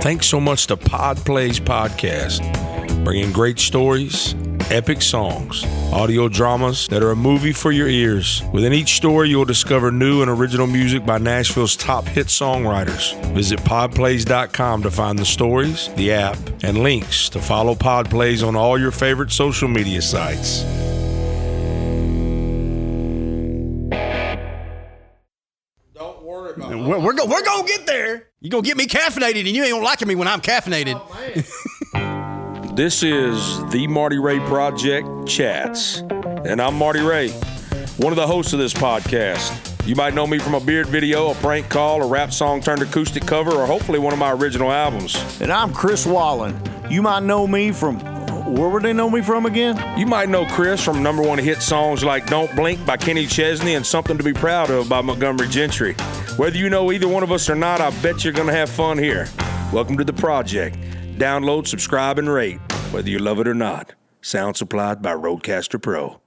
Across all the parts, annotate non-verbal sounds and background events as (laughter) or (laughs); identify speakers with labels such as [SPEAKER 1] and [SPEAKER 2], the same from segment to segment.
[SPEAKER 1] Thanks so much to Pod Plays Podcast, bringing great stories, epic songs, audio dramas that are a movie for your ears. Within each story, you'll discover new and original music by Nashville's top hit songwriters. Visit podplays.com to find the stories, the app, and links to follow Pod Plays on all your favorite social media sites.
[SPEAKER 2] Don't worry about it.
[SPEAKER 3] We're, we're, go, we're gonna get there. You gonna get me caffeinated, and you ain't liking me when I'm caffeinated.
[SPEAKER 1] This is the Marty Ray Project Chats, and I'm Marty Ray, one of the hosts of this podcast. You might know me from a beard video, a prank call, a rap song turned acoustic cover, or hopefully one of my original albums.
[SPEAKER 4] And I'm Chris Wallen. You might know me from. Where would they know me from again?
[SPEAKER 1] You might know Chris from number one hit songs like Don't Blink by Kenny Chesney and Something to Be Proud of by Montgomery Gentry. Whether you know either one of us or not, I bet you're going to have fun here. Welcome to the project. Download, subscribe, and rate, whether you love it or not. Sound supplied by Roadcaster Pro.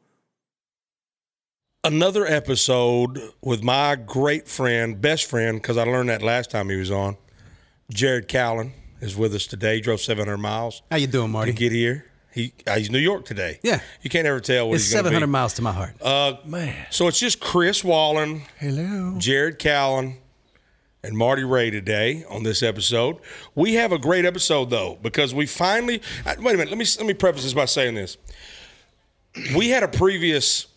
[SPEAKER 1] Another episode with my great friend, best friend, because I learned that last time he was on, Jared Callen is with us today. Drove 700 miles
[SPEAKER 3] How you doing,
[SPEAKER 1] to
[SPEAKER 3] Marty?
[SPEAKER 1] get here. He uh, he's New York today.
[SPEAKER 3] Yeah.
[SPEAKER 1] you can't ever tell what
[SPEAKER 3] It's
[SPEAKER 1] he's going to
[SPEAKER 3] 700
[SPEAKER 1] be.
[SPEAKER 3] miles to my heart.
[SPEAKER 1] So it's just Chris Wallen, hello, Jared Callen, and Marty Ray today on this episode. We have a great episode though because we finally uh, wait a minute. Let me let me preface this by saying this: we had a previous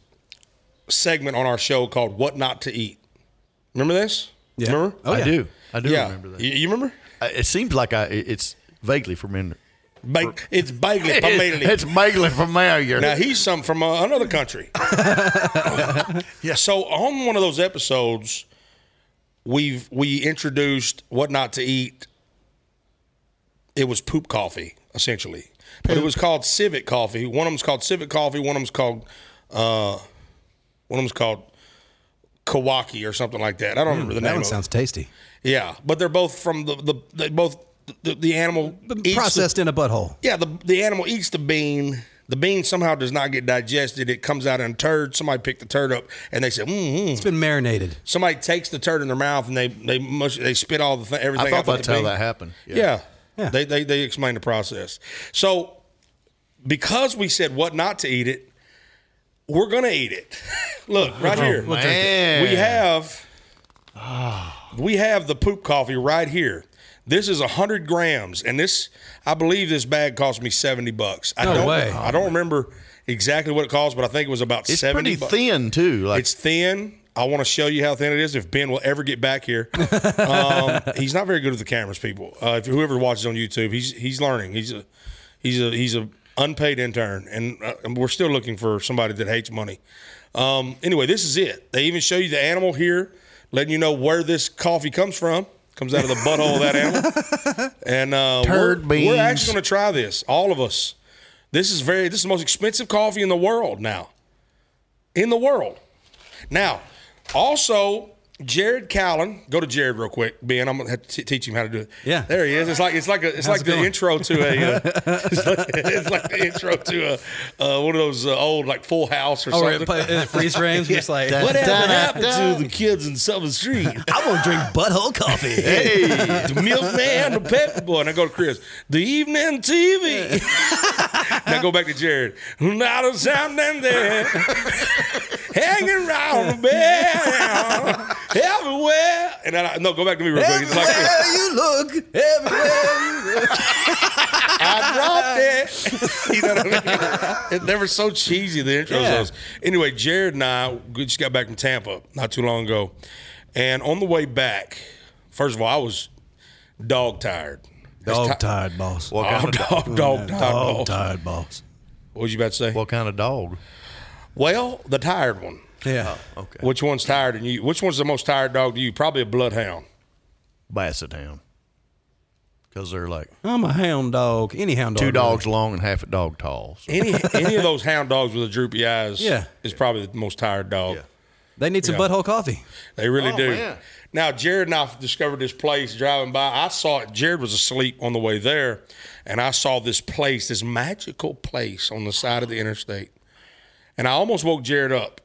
[SPEAKER 1] segment on our show called "What Not to Eat." Remember this? Yeah. Remember?
[SPEAKER 3] Oh, yeah.
[SPEAKER 5] I do. I do
[SPEAKER 1] yeah.
[SPEAKER 5] remember that.
[SPEAKER 1] You, you remember?
[SPEAKER 5] I- It seems like I. it- It's vaguely familiar.
[SPEAKER 1] Ba- it's vaguely
[SPEAKER 5] (laughs)
[SPEAKER 6] (laughs)
[SPEAKER 1] familiar.
[SPEAKER 5] It's vaguely familiar.
[SPEAKER 1] Now he's some from uh, another
[SPEAKER 3] (laughs)
[SPEAKER 1] country. yeah. So on one of those episodes, we've we introduced what not to eat. It was poop coffee essentially, but it was called civet coffee. One of them's called civet coffee. One of them's called uh, one of them's called Kawaki or something like that. I don't remember the
[SPEAKER 3] Hmm, That
[SPEAKER 1] name.
[SPEAKER 3] one
[SPEAKER 1] of it.
[SPEAKER 3] sounds tasty.
[SPEAKER 1] Yeah, but they're both from the the they both the, the animal eats the-
[SPEAKER 3] Processed in a butthole.
[SPEAKER 1] yeah, the the animal eats the bean. The bean somehow does not get digested. It comes out in a turd. Somebody picked the turd up, and they said, mm mm."
[SPEAKER 3] It's been marinated.
[SPEAKER 1] Somebody takes the turd in their mouth, and they they mush, they spit all the th- everything.
[SPEAKER 5] I thought
[SPEAKER 1] out with
[SPEAKER 5] that's
[SPEAKER 1] the
[SPEAKER 5] how
[SPEAKER 1] bean.
[SPEAKER 5] that happened.
[SPEAKER 1] Yeah.
[SPEAKER 3] Yeah.
[SPEAKER 1] They, they they explain the process. So because we said what not to eat it, we're gonna eat it. (laughs) Look right
[SPEAKER 3] Oh,
[SPEAKER 1] here.
[SPEAKER 5] man.
[SPEAKER 1] We have
[SPEAKER 3] Ah.
[SPEAKER 1] we have the poop coffee right here. This is hundred grams, and this I believe this bag cost me seventy bucks. I
[SPEAKER 3] No
[SPEAKER 1] don't,
[SPEAKER 3] way.
[SPEAKER 1] I don't remember exactly what it cost, but I think it was about
[SPEAKER 5] It's
[SPEAKER 1] seventy.
[SPEAKER 5] pretty
[SPEAKER 1] bucks.
[SPEAKER 5] thin too. Like
[SPEAKER 1] It's thin. I want to show you how thin it is. If Ben will ever get back here,
[SPEAKER 5] (laughs)
[SPEAKER 1] um, he's not very good with the cameras, people. Uh, if whoever watches on YouTube, he's he's learning. He's a he's a he's a unpaid intern, and uh, we're still looking for somebody that hates money. Um, anyway, this is it. They even show you the animal here, letting you know where this coffee comes from. Comes out of the butthole of
[SPEAKER 5] (laughs)
[SPEAKER 1] that animal. And uh,
[SPEAKER 5] Turd
[SPEAKER 1] we're, we're
[SPEAKER 5] beans.
[SPEAKER 1] actually going to try this. All of us. This is very. This is the most expensive coffee in the world now in the world. Now, also, Jared Callen, go to Jared real quick, Ben. I'm gonna have to t- teach him how to do it.
[SPEAKER 3] Yeah.
[SPEAKER 1] there he is. It's like it's like a, it's like
[SPEAKER 3] How's it
[SPEAKER 1] the
[SPEAKER 3] going?
[SPEAKER 1] intro to a
[SPEAKER 3] (laughs)
[SPEAKER 1] uh, it's, like, it's like the intro to a uh, one of those uh, old like Full House or
[SPEAKER 3] Or
[SPEAKER 1] something.
[SPEAKER 3] (laughs) freeze frames, just like,
[SPEAKER 5] Dun,
[SPEAKER 3] what
[SPEAKER 5] dun,
[SPEAKER 3] happened?
[SPEAKER 5] dun, dun.
[SPEAKER 1] the kids in Southern
[SPEAKER 3] (laughs)
[SPEAKER 1] Street?
[SPEAKER 3] I want to drink butthole (laughs) coffee.
[SPEAKER 1] (laughs) the milkman, the pepper boy, and I go to Chris. The evening TV. now go back to Jared. Not a sound in there. Hanging around the bed everywhere. And then I, no, go back to me real quick. It's like this.
[SPEAKER 3] Everywhere you look, (laughs) everywhere. you-
[SPEAKER 1] I dropped it. (laughs) you know what I mean? It, they were so cheesy, the intros.
[SPEAKER 3] Yeah.
[SPEAKER 1] was. Anyway, Jared and I we just got back from Tampa not too long ago. And on the way back, first of all, I was dog tired.
[SPEAKER 3] Dog tired, boss.
[SPEAKER 5] what kind
[SPEAKER 1] (laughs) Dog,
[SPEAKER 5] of dog?
[SPEAKER 1] dog, dog,
[SPEAKER 3] Dog
[SPEAKER 1] dog, dog.
[SPEAKER 3] tired, boss.
[SPEAKER 1] What was you about to say?
[SPEAKER 5] What kind of dog?
[SPEAKER 1] Well, the tired one.
[SPEAKER 3] Yeah.
[SPEAKER 5] Okay,
[SPEAKER 1] Which one's tired and you? Which one's the most tired dog to you? Probably a bloodhound.
[SPEAKER 5] Basset hound. Because they're like
[SPEAKER 3] I'm a hound dog. Any hound dog.
[SPEAKER 5] two
[SPEAKER 3] really.
[SPEAKER 5] dogs long and half a dog tall. So
[SPEAKER 1] (laughs) Any any of those hound dogs with the droopy eyes
[SPEAKER 3] Yeah.
[SPEAKER 1] is probably the most tired dog.
[SPEAKER 3] They need some butthole coffee.
[SPEAKER 1] They really
[SPEAKER 5] Oh,
[SPEAKER 1] do.
[SPEAKER 5] man.
[SPEAKER 1] Now Jared and I discovered this place driving by. I saw it. Jared was asleep on the way there, and I saw this place, this magical place on the side of the interstate. And I almost woke Jared up.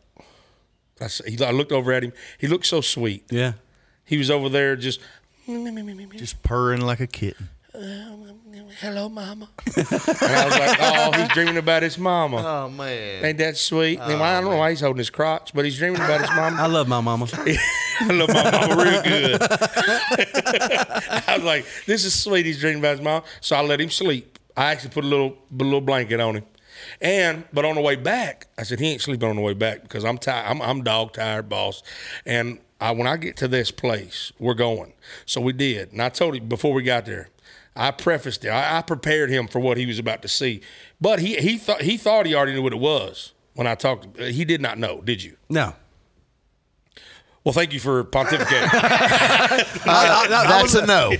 [SPEAKER 1] I, s- he- I looked over at him. He looked so sweet.
[SPEAKER 3] Yeah.
[SPEAKER 1] He was over there just
[SPEAKER 5] just purring like a kitten.
[SPEAKER 1] hello, mama. (laughs) and I was like, oh, he's dreaming about his mama.
[SPEAKER 5] Oh man. Oh,
[SPEAKER 1] Ain't that sweet? And I don't know why he's holding his crotch, but he's dreaming about his
[SPEAKER 5] (laughs)
[SPEAKER 1] mama.
[SPEAKER 3] I love my (laughs) mama.
[SPEAKER 1] I love my mama real good. (laughs) I was like, this is sweet. He's dreaming about his mom. So I let him sleep. I actually put a little put a little blanket on him. And but on the way back, I said he ain't sleeping on the way back because I'm tired. I'm, I'm dog tired, boss. And I, when I get to this place, we're going. So we did, and I told him before we got there. I prefaced it. I, I prepared him for what he was about to see, but he he thought he thought he already knew what it was when I talked. He did not know. Did you?
[SPEAKER 3] No.
[SPEAKER 1] Well, thank you for pontificating.
[SPEAKER 3] I, I- I
[SPEAKER 5] That's a
[SPEAKER 3] wasn't,
[SPEAKER 5] no.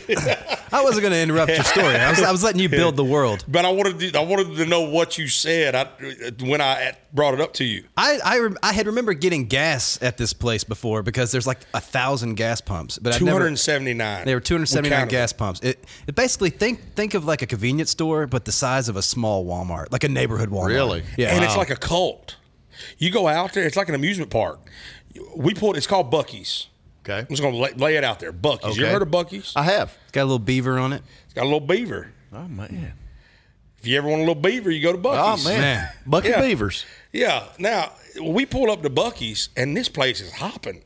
[SPEAKER 3] (laughs) I wasn't going to interrupt your story. I was, I was letting you build the world.
[SPEAKER 1] But I wanted to, I wanted to know what you said I, when I brought it up to you.
[SPEAKER 3] I, I, rem- I had remember getting gas at this place before because there's like a thousand gas pumps, but I
[SPEAKER 1] Two
[SPEAKER 3] never
[SPEAKER 1] hundred and seventy nine.
[SPEAKER 3] They were 279 gas pumps. It, it basically think think of like a convenience store, but the size of a small Walmart, like a neighborhood Walmart.
[SPEAKER 5] Really?
[SPEAKER 3] Yeah.
[SPEAKER 1] and it's like a cult. You go out there; it's like an amusement park. We pulled. It's called Bucky's.
[SPEAKER 5] Okay.
[SPEAKER 1] I'm just gonna lay, lay it out there. Bucky's. You
[SPEAKER 5] Okay.
[SPEAKER 1] ever heard of Bucky's?
[SPEAKER 5] I have.
[SPEAKER 3] It's got a little beaver on it.
[SPEAKER 1] It's got a little beaver.
[SPEAKER 5] Oh man.
[SPEAKER 1] If you ever want a little beaver, you go to
[SPEAKER 5] Oh
[SPEAKER 1] Bucky's.
[SPEAKER 5] man.
[SPEAKER 3] Man.
[SPEAKER 5] Bucket
[SPEAKER 1] Yeah.
[SPEAKER 5] beavers.
[SPEAKER 1] Yeah. Now we pull up to Bucky's, and this place is hopping.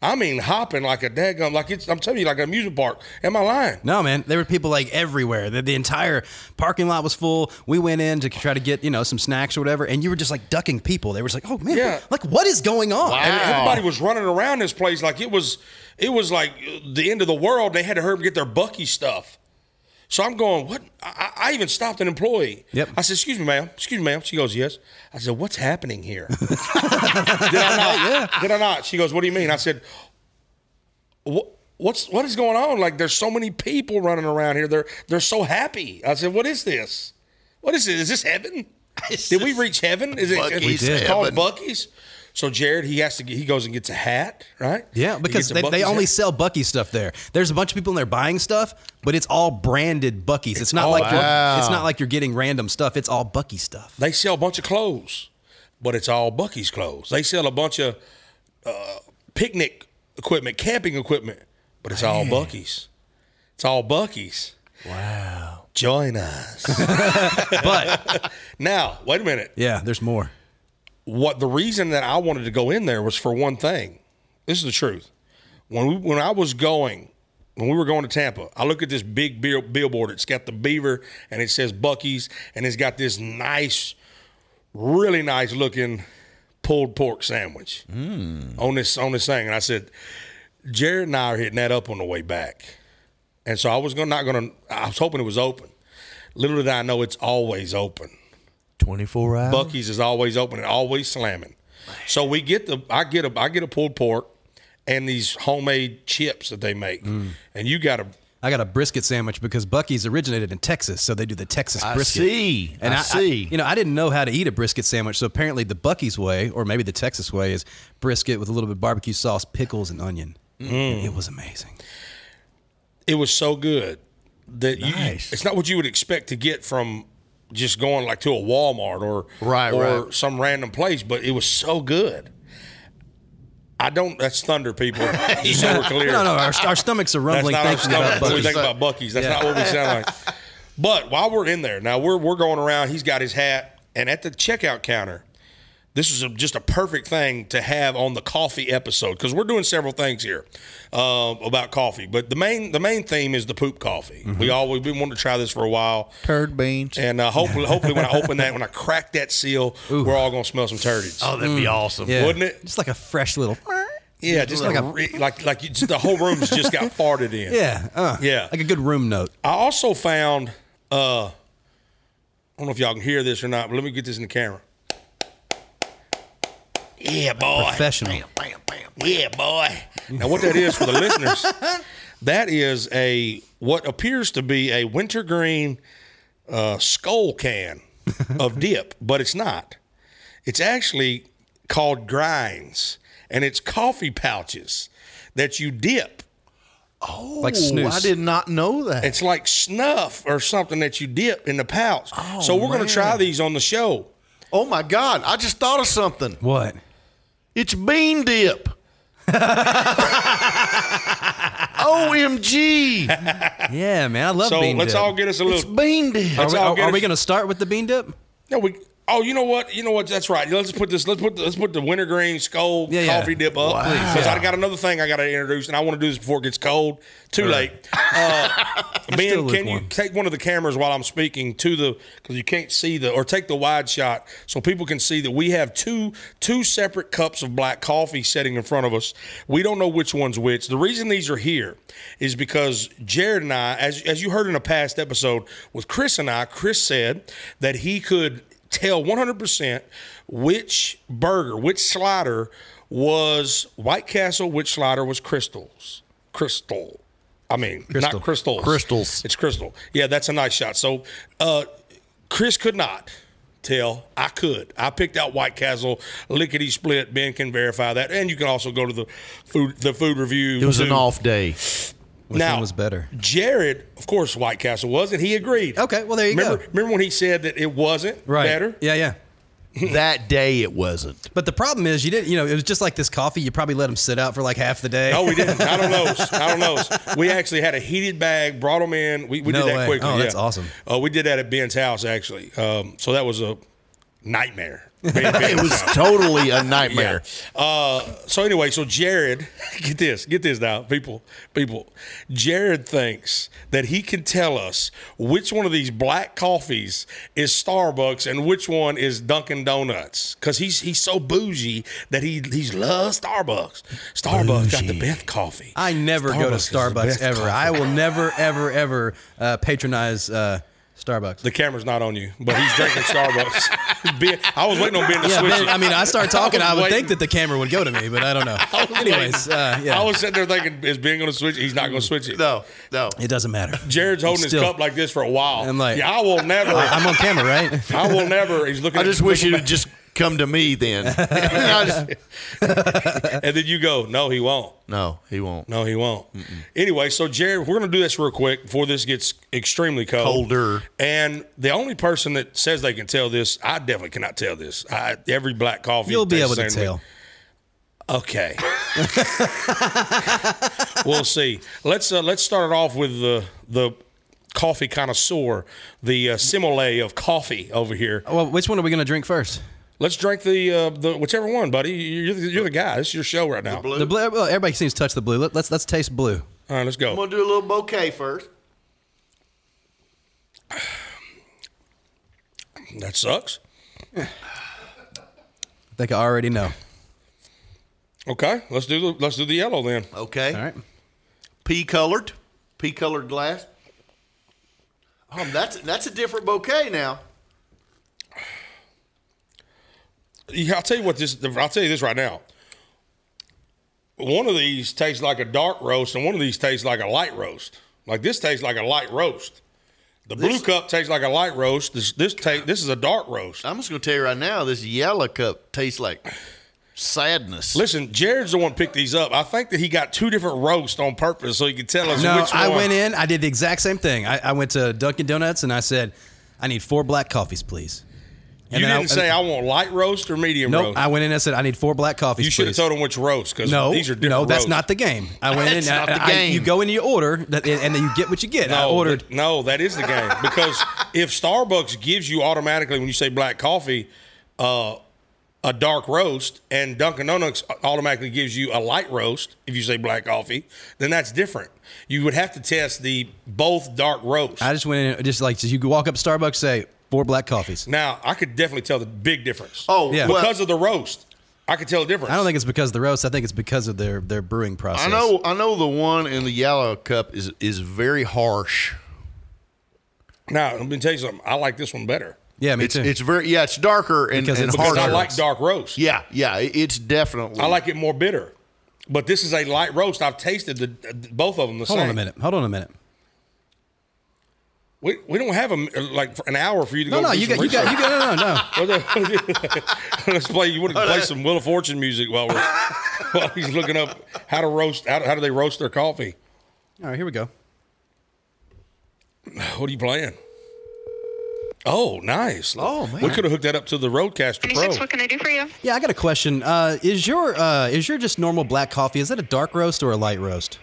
[SPEAKER 1] I mean, hopping like a daggum, like it's. I'm telling you, like an amusement park. Am I lying?
[SPEAKER 3] No, man, there were people like everywhere. The, the entire parking lot was full. We went in to try to get you know some snacks or whatever, and you were just like ducking people. They were just like, "Oh man,
[SPEAKER 1] Yeah.
[SPEAKER 3] like what is going on?"
[SPEAKER 5] Wow.
[SPEAKER 1] and everybody was running around this place like it was it was like the end of the world. They had to hurry up and get their Bucky stuff. So I'm going, what? I, I I even stopped an employee.
[SPEAKER 3] Yep.
[SPEAKER 1] I said, excuse me, ma'am. Excuse me, ma'am. She goes, yes. I said, what's happening here? did I not? Did I not? She goes, what do you mean? I said, what? What's what is going on? Like there's so many people running around here. They're they're so happy. I said, what is this? What is this? Is this heaven? Did we reach heaven? Is it
[SPEAKER 5] Buc-ee's
[SPEAKER 1] it's
[SPEAKER 5] heaven.
[SPEAKER 1] called Bucky's? So Jared, he has to get, he goes and gets a hat, right?
[SPEAKER 3] Yeah,
[SPEAKER 1] He
[SPEAKER 3] because
[SPEAKER 1] gets a
[SPEAKER 3] they, they
[SPEAKER 1] Buc-ee's
[SPEAKER 3] only
[SPEAKER 1] hat.
[SPEAKER 3] sell Bucky stuff there. There's a bunch of people in there buying stuff, but it's all branded Bucky's. It's, not
[SPEAKER 1] all
[SPEAKER 3] like you're,
[SPEAKER 5] Buc-ee's.
[SPEAKER 3] it's not like you're getting random stuff. It's all Bucky stuff.
[SPEAKER 1] they sell a bunch of clothes, but it's all Bucky's clothes. They sell a bunch of uh, picnic equipment, camping equipment, but it's all Bucky's. It's all Bucky's. Wow. Join us
[SPEAKER 3] (laughs)
[SPEAKER 1] (laughs)
[SPEAKER 3] But
[SPEAKER 1] now. Wait a minute.
[SPEAKER 3] yeah, there's more.
[SPEAKER 1] what the reason that I wanted to go in there was for one thing. This is the truth. When we, when I was going, when we were going to Tampa, I look at this big bill, billboard. It's got the beaver and it says Bucky's and it's got this nice, really nice looking pulled pork sandwich on this on this thing. And I said, Jared and I are hitting that up on the way back. And so I was gonna, not gonna. I was hoping it was open. Little did I know it's always open.
[SPEAKER 5] Twenty four hours.
[SPEAKER 1] Bucky's is always open and always slamming. So we get the I get a I get a pulled pork and these homemade chips that they make,
[SPEAKER 5] Mm.
[SPEAKER 1] and you got to
[SPEAKER 3] I got a brisket sandwich because Bucky's originated in Texas, so they do the Texas
[SPEAKER 5] I
[SPEAKER 3] brisket.
[SPEAKER 5] see.
[SPEAKER 3] And
[SPEAKER 5] I, see.
[SPEAKER 3] you know, I didn't know how to eat a brisket sandwich, so apparently the Bucky's way, or maybe the Texas way, is brisket with a little bit of barbecue sauce, pickles, and onion.
[SPEAKER 1] Mm.
[SPEAKER 3] And It was amazing.
[SPEAKER 1] it was so good that you-
[SPEAKER 5] Nice.
[SPEAKER 1] it's not what you would expect to get from just going like to a Walmart or
[SPEAKER 5] Right,
[SPEAKER 1] or
[SPEAKER 5] right.
[SPEAKER 1] some random place, but it was so good. I don't. That's thunder,
[SPEAKER 5] (laughs)
[SPEAKER 1] people. Just so we're clear.
[SPEAKER 3] No, no, our, our stomachs are
[SPEAKER 1] That's
[SPEAKER 3] rumbling
[SPEAKER 1] not our
[SPEAKER 3] thinking about
[SPEAKER 1] stomach. When we
[SPEAKER 3] Bucky's.
[SPEAKER 1] think about Bucky's, that's
[SPEAKER 3] Yeah.
[SPEAKER 1] not what we sound like. But while we're in there, now we're we're going around. He's got his hat, and at the checkout counter, this is a, just a perfect thing to have on the coffee episode because we're doing several things here uh, about coffee. But the main the main theme is the poop coffee. We all we've been wanting to try this for a while,
[SPEAKER 5] Turd beans.
[SPEAKER 1] and uh, hopefully hopefully when I open that when I crack that seal, we're all gonna smell some turdids.
[SPEAKER 5] oh, that'd be awesome.
[SPEAKER 3] Yeah.
[SPEAKER 1] wouldn't it?
[SPEAKER 3] Just like a fresh little.
[SPEAKER 1] yeah, just like, a, re- like like you, just, the whole room's just got farted in.
[SPEAKER 3] (laughs) Yeah. Uh,
[SPEAKER 1] Yeah.
[SPEAKER 3] Like a good room note.
[SPEAKER 1] I also found uh I don't know if y'all can hear this or not, but let me get this in the camera. Yeah, boy.
[SPEAKER 3] Professional.
[SPEAKER 1] Yeah, boy. Now what that is for the listeners, that is a what appears to be a wintergreen uh skull can of dip, but it's not. It's actually called grinds and it's coffee pouches that you dip
[SPEAKER 3] Like
[SPEAKER 5] Ooh,
[SPEAKER 3] snooze.
[SPEAKER 5] I did not know that.
[SPEAKER 1] It's like snuff or something that you dip in the pouch. so we're going to try these on the show.
[SPEAKER 5] oh my God! I just thought of something.
[SPEAKER 1] (laughs)
[SPEAKER 3] What? (laughs)
[SPEAKER 5] It's bean dip. OMG.
[SPEAKER 3] Yeah, man, I love
[SPEAKER 1] So
[SPEAKER 3] bean
[SPEAKER 1] let's
[SPEAKER 3] dip.
[SPEAKER 1] all get us a
[SPEAKER 5] It's
[SPEAKER 1] little.
[SPEAKER 5] bean dip.
[SPEAKER 3] Are we,
[SPEAKER 1] all
[SPEAKER 3] are-
[SPEAKER 1] get
[SPEAKER 3] are
[SPEAKER 1] a-
[SPEAKER 3] we going to start with the bean dip?
[SPEAKER 1] No, we. Oh, you know what? You know what? That's right. Let's put this. Let's put. Let's put the wintergreen skull
[SPEAKER 3] Yeah, yeah.
[SPEAKER 1] coffee dip up,
[SPEAKER 3] Please,
[SPEAKER 1] Because
[SPEAKER 3] yeah.
[SPEAKER 1] I got another thing I got to introduce, and I want to do this before it gets cold. Too late.
[SPEAKER 3] (laughs)
[SPEAKER 1] Uh,
[SPEAKER 3] still
[SPEAKER 1] ben, can you
[SPEAKER 3] lukewarm.
[SPEAKER 1] take one of the cameras while I'm speaking to the? Because you can't see the, or take the wide shot so people can see that we have two two separate cups of black coffee sitting in front of us. We don't know which one's which. The reason these are here is because Jared and I, as as you heard in a past episode with Chris and I, Chris said that he could tell 100% which burger, which slider was White Castle, which slider was Crystal's. Crystal. I mean,
[SPEAKER 3] Crystal.
[SPEAKER 1] not crystals.
[SPEAKER 5] Crystals.
[SPEAKER 1] It's crystal. Yeah, that's a nice shot. So, uh, Chris could not tell. I could. I picked out White Castle, lickety split. Ben can verify that, and you can also go to the food the food review.
[SPEAKER 5] It was an
[SPEAKER 1] too.
[SPEAKER 5] off day.
[SPEAKER 3] Which one was better?
[SPEAKER 1] Jared, of course, White Castle was, and he agreed.
[SPEAKER 3] Okay, well, there you
[SPEAKER 1] remember,
[SPEAKER 3] go.
[SPEAKER 1] Remember when he said that it wasn't better?
[SPEAKER 3] Yeah, yeah.
[SPEAKER 5] that day it wasn't.
[SPEAKER 3] But the problem is, you didn't. You know, it was just like this coffee. You probably let them sit out for like half the day.
[SPEAKER 1] No, we didn't. I don't know. I don't know. We actually had a heated bag, brought them in. We, we
[SPEAKER 3] No
[SPEAKER 1] did that
[SPEAKER 3] way.
[SPEAKER 1] quickly.
[SPEAKER 3] Oh, that's
[SPEAKER 1] yeah.
[SPEAKER 3] awesome.
[SPEAKER 1] Uh, we did that at Ben's house actually. Um, so that was a
[SPEAKER 3] (laughs)
[SPEAKER 1] nightmare. it
[SPEAKER 5] It was totally a nightmare.
[SPEAKER 1] Uh, so anyway, so Jared, (laughs) get this, get this now, people, people. Jared thinks that he can tell us which one of these black coffees is Starbucks and which one is Dunkin' Donuts, because he's he's so bougie that he he's loves Starbucks. Starbucks got the best coffee.
[SPEAKER 3] (laughs) I never go
[SPEAKER 1] Starbucks
[SPEAKER 3] to
[SPEAKER 1] is the
[SPEAKER 3] Starbucks
[SPEAKER 1] best
[SPEAKER 3] ever.
[SPEAKER 1] coffee.
[SPEAKER 3] I will never, ever, ever uh, patronize uh, Starbucks.
[SPEAKER 1] The camera's not on you, but he's
[SPEAKER 3] (laughs)
[SPEAKER 1] drinking Starbucks. (laughs) ben, I was waiting on Ben to
[SPEAKER 3] yeah,
[SPEAKER 1] switch.
[SPEAKER 3] Ben,
[SPEAKER 1] it.
[SPEAKER 3] I mean, I
[SPEAKER 1] (laughs)
[SPEAKER 3] start talking, I,
[SPEAKER 1] was
[SPEAKER 3] would
[SPEAKER 1] waiting.
[SPEAKER 3] think that the camera would go to me, but I
[SPEAKER 1] (laughs)
[SPEAKER 3] don't know. Anyways, uh, yeah,
[SPEAKER 1] I was sitting there thinking, is Ben going to switch? it? He's not going to switch it.
[SPEAKER 5] No, no.
[SPEAKER 3] it
[SPEAKER 1] (laughs)
[SPEAKER 3] doesn't matter.
[SPEAKER 1] Jared's holding
[SPEAKER 3] Still-
[SPEAKER 1] his cup like this for a while.
[SPEAKER 3] I'm like-
[SPEAKER 1] yeah, I will never.
[SPEAKER 3] I,
[SPEAKER 1] I,
[SPEAKER 3] am on
[SPEAKER 1] (laughs)
[SPEAKER 3] camera, right?
[SPEAKER 1] will never. He's looking.
[SPEAKER 5] I
[SPEAKER 1] at
[SPEAKER 5] just wish it would just come to me then. (laughs) I just-
[SPEAKER 1] And then you go, no, he won't.
[SPEAKER 5] no, he won't.
[SPEAKER 1] No, he won't. Anyway, so Jared, we're going to do this real quick before this gets extremely cold.
[SPEAKER 5] Colder.
[SPEAKER 1] And the only person that says they can tell this, I definitely cannot tell this. I, every black coffee,
[SPEAKER 3] You'll be
[SPEAKER 1] tastes
[SPEAKER 3] able to
[SPEAKER 1] the same me.
[SPEAKER 3] tell. (laughs)
[SPEAKER 1] Okay. we'll see. Let's uh, let's start it off with the the coffee connoisseur, the uh, simile of coffee over here.
[SPEAKER 3] Well, which one are we going to drink first?
[SPEAKER 1] Let's drink the uh, the whichever one, buddy. You're the, you're the guy. This is your show right now.
[SPEAKER 3] The blue. Well, everybody seems to touch the blue. Let, let's let's taste blue.
[SPEAKER 1] All right, let's go.
[SPEAKER 5] do a little bouquet first.
[SPEAKER 1] That sucks.
[SPEAKER 3] I think I already know.
[SPEAKER 1] Okay, let's do the let's do the yellow then.
[SPEAKER 5] Okay.
[SPEAKER 3] All right.
[SPEAKER 5] Pea colored. Pea colored glass. Oh, that's that's a different bouquet now.
[SPEAKER 1] Yeah, I'll tell you what this. I'll tell you this right now. One of these tastes like a dark roast, and one of these tastes like a light roast. Like this tastes like a light roast. The blue cup tastes like a light roast. This this ta- this is a dark roast.
[SPEAKER 5] I'm just gonna tell you right now, this yellow cup tastes like sadness.
[SPEAKER 1] Listen, Jared's the one picked these up. I think that he got two different roasts on purpose so he could tell us
[SPEAKER 3] No,
[SPEAKER 1] which one.
[SPEAKER 3] I went in. I did the exact same thing. I, I went to Dunkin' Donuts and I said, "I need four black coffees, please." And
[SPEAKER 1] You
[SPEAKER 3] then uh,
[SPEAKER 1] didn't say I want light roast or medium
[SPEAKER 3] Nope.
[SPEAKER 1] roast.
[SPEAKER 3] I went in and said, "I need four black coffees."
[SPEAKER 1] You should have
[SPEAKER 3] please."
[SPEAKER 1] told them which roast because
[SPEAKER 3] No,
[SPEAKER 1] these are different.
[SPEAKER 3] no, that's
[SPEAKER 1] roasts.
[SPEAKER 3] not the game. I went in.
[SPEAKER 5] That's
[SPEAKER 3] and
[SPEAKER 5] not
[SPEAKER 3] I-
[SPEAKER 5] the
[SPEAKER 3] I-
[SPEAKER 5] game.
[SPEAKER 3] you go in, you order, that- and then you get what you get. I
[SPEAKER 1] No,
[SPEAKER 3] ordered.
[SPEAKER 1] th- no, that is the
[SPEAKER 3] (laughs)
[SPEAKER 1] game because if Starbucks gives you automatically when you say black coffee, uh, a dark roast, and Dunkin' Donuts automatically gives you a light roast if you say black coffee, then that's different. You would have to test the both dark roasts.
[SPEAKER 3] I just went in, and just like you could walk up to Starbucks, say four black coffees.
[SPEAKER 1] now I could definitely tell the big difference.
[SPEAKER 5] oh,
[SPEAKER 3] Yeah.
[SPEAKER 5] well,
[SPEAKER 1] because of the roast, I could tell the difference.
[SPEAKER 3] I don't think it's because of the roast. I think it's because of their their brewing process.
[SPEAKER 5] I know I know the one in the yellow cup is is very harsh.
[SPEAKER 1] Now let me tell you something. I like this one better
[SPEAKER 3] Yeah, me
[SPEAKER 5] It's
[SPEAKER 3] too.
[SPEAKER 5] it's very yeah, it's darker and,
[SPEAKER 3] Because
[SPEAKER 5] and
[SPEAKER 3] it's-
[SPEAKER 1] because
[SPEAKER 5] harder.
[SPEAKER 1] I like dark roast.
[SPEAKER 5] yeah, yeah, it- it's definitely
[SPEAKER 1] I like it more bitter. But this is a light roast. I've tasted the, uh, both of them the same.
[SPEAKER 3] Hold on a minute. Hold on a minute.
[SPEAKER 1] We, we don't have a, like for an hour for you to
[SPEAKER 3] No,
[SPEAKER 1] go.
[SPEAKER 3] no,
[SPEAKER 1] do
[SPEAKER 3] you
[SPEAKER 1] some
[SPEAKER 3] got, you got, you
[SPEAKER 1] research.
[SPEAKER 3] got, no, no, no.
[SPEAKER 1] (laughs) Let's play. You want to play some Wheel of Fortune music while we're while he's looking up how to roast. How, how do they roast their coffee?
[SPEAKER 3] (laughs) All right, here we go.
[SPEAKER 1] What are you playing? Oh, nice.
[SPEAKER 5] Oh, man.
[SPEAKER 1] we could have hooked that up to the Roadcaster
[SPEAKER 7] 26,
[SPEAKER 1] Pro.
[SPEAKER 7] what can I do for you?
[SPEAKER 3] Yeah, I got a question. Uh, is your uh, is your just normal black coffee? Is that a dark roast or a light roast?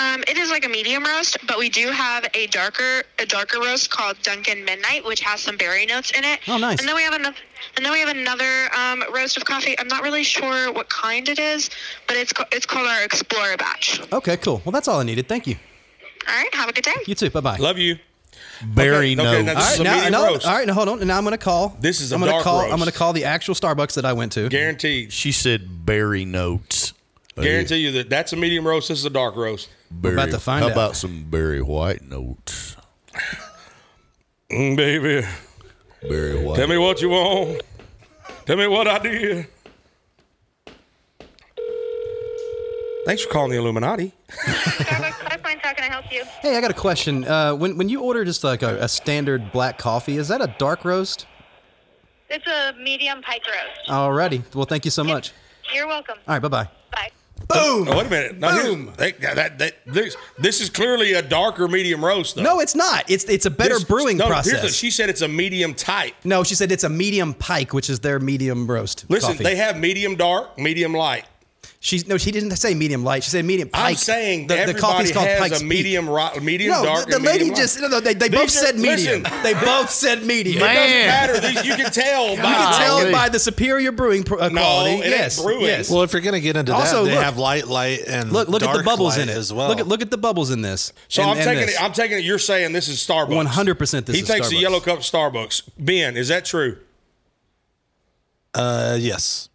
[SPEAKER 7] Um, it is like a medium roast, but we do have a darker a darker roast called Duncan Midnight, which has some berry notes in it.
[SPEAKER 3] Oh, nice.
[SPEAKER 7] And then we have another and then we have another um, roast of coffee. I'm not really sure what kind it is, but it's ca- it's called our Explorer batch. All
[SPEAKER 3] Okay, cool. Well, that's all I needed. Thank you.
[SPEAKER 7] right, have a good day.
[SPEAKER 3] You too. Bye bye.
[SPEAKER 1] Love you.
[SPEAKER 8] Berry
[SPEAKER 1] Okay, okay,
[SPEAKER 8] notes.
[SPEAKER 1] that's- This
[SPEAKER 3] All right,
[SPEAKER 1] is a
[SPEAKER 3] now,
[SPEAKER 1] medium
[SPEAKER 3] now-
[SPEAKER 1] roast.
[SPEAKER 3] all right, now hold on. And now I'm going to call.
[SPEAKER 1] This is a
[SPEAKER 3] I'm gonna
[SPEAKER 1] dark
[SPEAKER 3] call. I'm
[SPEAKER 1] roast.
[SPEAKER 3] going to call the actual Starbucks that I went to.
[SPEAKER 1] Guaranteed.
[SPEAKER 8] she said berry notes.
[SPEAKER 1] Guarantee you that that's a medium roast. This is a dark roast.
[SPEAKER 5] Berry,
[SPEAKER 3] about to find
[SPEAKER 5] how
[SPEAKER 3] out.
[SPEAKER 5] about some berry white notes?
[SPEAKER 1] Mm, baby,
[SPEAKER 5] Berry white.
[SPEAKER 1] tell me what you want. Tell me what I did. Thanks for calling the Illuminati.
[SPEAKER 7] Starbucks Five Points. How can I help you?
[SPEAKER 3] Hey, I got a question. Uh, when when you order just like a, a standard black coffee, is that a dark roast?
[SPEAKER 7] It's a medium pike roast.
[SPEAKER 3] Alrighty. Well, thank you so much.
[SPEAKER 7] You're welcome.
[SPEAKER 3] All right, bye bye.
[SPEAKER 7] Bye.
[SPEAKER 1] Oh, wait a minute. Now, here's- they- that- that- this, this is clearly a darker medium roast, though.
[SPEAKER 3] No, it's not. It's it's a better
[SPEAKER 1] This-
[SPEAKER 3] brewing
[SPEAKER 1] no, here's
[SPEAKER 3] process.
[SPEAKER 1] the- she said it's a medium type.
[SPEAKER 3] no, she said it's a medium pike, which is their medium roast.
[SPEAKER 1] Listen,
[SPEAKER 3] coffee.
[SPEAKER 1] they have medium dark, medium light.
[SPEAKER 3] She's no, she didn't say medium light. She said medium pike.
[SPEAKER 1] I'm saying
[SPEAKER 3] the, the
[SPEAKER 1] everybody
[SPEAKER 3] coffee's called
[SPEAKER 1] has
[SPEAKER 3] Pike's
[SPEAKER 1] a
[SPEAKER 3] Peak.
[SPEAKER 1] medium ri- medium
[SPEAKER 3] No,
[SPEAKER 1] dark.
[SPEAKER 3] the, the
[SPEAKER 1] and
[SPEAKER 3] lady
[SPEAKER 1] medium light.
[SPEAKER 3] just no, no, they, they
[SPEAKER 1] These
[SPEAKER 3] both
[SPEAKER 1] are-
[SPEAKER 3] said medium.
[SPEAKER 1] listen.
[SPEAKER 3] They both said medium.
[SPEAKER 1] It doesn't
[SPEAKER 8] Man.
[SPEAKER 1] matter. These, you can tell.
[SPEAKER 3] You
[SPEAKER 1] by-
[SPEAKER 3] can tell it by the superior brewing pr- uh,
[SPEAKER 1] No,
[SPEAKER 3] quality.
[SPEAKER 1] it ain't
[SPEAKER 3] yes,
[SPEAKER 1] brewing.
[SPEAKER 3] yes.
[SPEAKER 8] Well, if you're going to get into that,
[SPEAKER 3] Also,
[SPEAKER 8] they
[SPEAKER 3] look-
[SPEAKER 8] have light, light, and
[SPEAKER 3] look, look at the
[SPEAKER 8] dark
[SPEAKER 3] bubbles
[SPEAKER 8] light
[SPEAKER 3] in it
[SPEAKER 8] as well.
[SPEAKER 3] Look at look at the bubbles in this.
[SPEAKER 1] So
[SPEAKER 3] and-
[SPEAKER 1] I'm
[SPEAKER 3] and
[SPEAKER 1] taking
[SPEAKER 3] this.
[SPEAKER 1] it. I'm taking it. You're saying this is Starbucks.
[SPEAKER 3] 100% this
[SPEAKER 1] He
[SPEAKER 3] is
[SPEAKER 1] takes a
[SPEAKER 3] Starbucks.
[SPEAKER 1] yellow cup Starbucks. Ben, is that true?
[SPEAKER 8] uh, yes.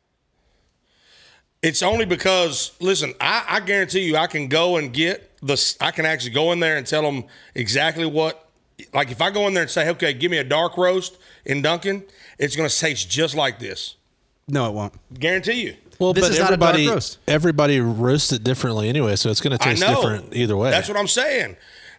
[SPEAKER 1] It's only because listen, I, I guarantee you, I can go and get this. I can actually go in there and tell them exactly what. Like if I go in there and say, okay, give me a dark roast in Dunkin', it's going to taste just like this.
[SPEAKER 3] no, it won't.
[SPEAKER 1] Guarantee you.
[SPEAKER 8] Well,
[SPEAKER 3] This
[SPEAKER 8] but
[SPEAKER 3] is not a dark
[SPEAKER 8] everybody
[SPEAKER 3] roast.
[SPEAKER 8] everybody roasts it differently anyway, so it's going to
[SPEAKER 1] I
[SPEAKER 8] taste
[SPEAKER 1] know.
[SPEAKER 8] different either way.
[SPEAKER 1] That's what I'm saying.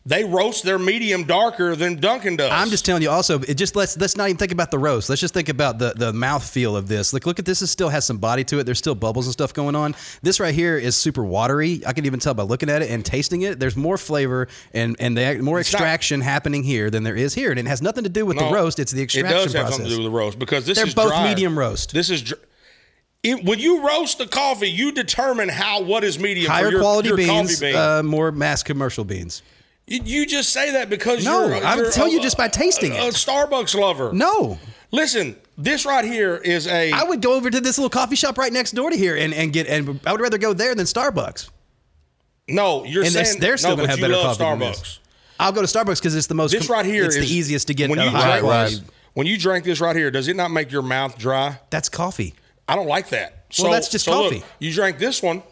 [SPEAKER 1] They roast their medium darker than Dunkin' does.
[SPEAKER 3] I'm just telling you. Also, it just let's let's not even think about the roast. Let's just think about the the mouth feel of this. Look, look at this. It still has some body to it. There's still bubbles and stuff going on. This right here is super watery. I can even tell by looking at it and tasting it. There's more flavor and and the, more
[SPEAKER 1] not-
[SPEAKER 3] extraction happening here than there is here. And it has nothing to do with
[SPEAKER 1] No,
[SPEAKER 3] the roast. It's the extraction
[SPEAKER 1] Oh, It does have
[SPEAKER 3] process.
[SPEAKER 1] something to do with the roast because this
[SPEAKER 3] They're
[SPEAKER 1] is
[SPEAKER 3] both
[SPEAKER 1] drier.
[SPEAKER 3] medium roast.
[SPEAKER 1] This is. Dr- it, when you roast the coffee, you determine how what is medium
[SPEAKER 3] Higher
[SPEAKER 1] for your,
[SPEAKER 3] quality
[SPEAKER 1] your
[SPEAKER 3] beans,
[SPEAKER 1] coffee bean.
[SPEAKER 3] Uh, more mass commercial beans.
[SPEAKER 1] you, you just say that because
[SPEAKER 3] No,
[SPEAKER 1] you're.
[SPEAKER 3] I'm
[SPEAKER 1] you're
[SPEAKER 3] telling
[SPEAKER 1] a-
[SPEAKER 3] you just by tasting
[SPEAKER 1] a, a
[SPEAKER 3] it.
[SPEAKER 1] Starbucks lover.
[SPEAKER 3] No,
[SPEAKER 1] listen, this right here is a.
[SPEAKER 3] I would go over to this little coffee shop right next door to here and, and get and I would rather go there than Starbucks.
[SPEAKER 1] no, you're
[SPEAKER 3] and they-
[SPEAKER 1] saying
[SPEAKER 3] they're still
[SPEAKER 1] no,
[SPEAKER 3] gonna
[SPEAKER 1] but
[SPEAKER 3] have
[SPEAKER 1] you
[SPEAKER 3] better
[SPEAKER 1] love
[SPEAKER 3] coffee than this.
[SPEAKER 1] Starbucks.
[SPEAKER 3] I'll go to Starbucks because it's the most.
[SPEAKER 1] This right here
[SPEAKER 3] it's
[SPEAKER 1] is
[SPEAKER 3] the easiest to get.
[SPEAKER 1] When
[SPEAKER 3] a
[SPEAKER 1] you
[SPEAKER 3] high
[SPEAKER 1] drank
[SPEAKER 3] quality-
[SPEAKER 1] this, when you drank this right here, does it not make your mouth dry?
[SPEAKER 3] That's coffee.
[SPEAKER 1] I don't like that. So
[SPEAKER 3] Well, that's just
[SPEAKER 1] so look,
[SPEAKER 3] coffee.
[SPEAKER 1] you drank this one,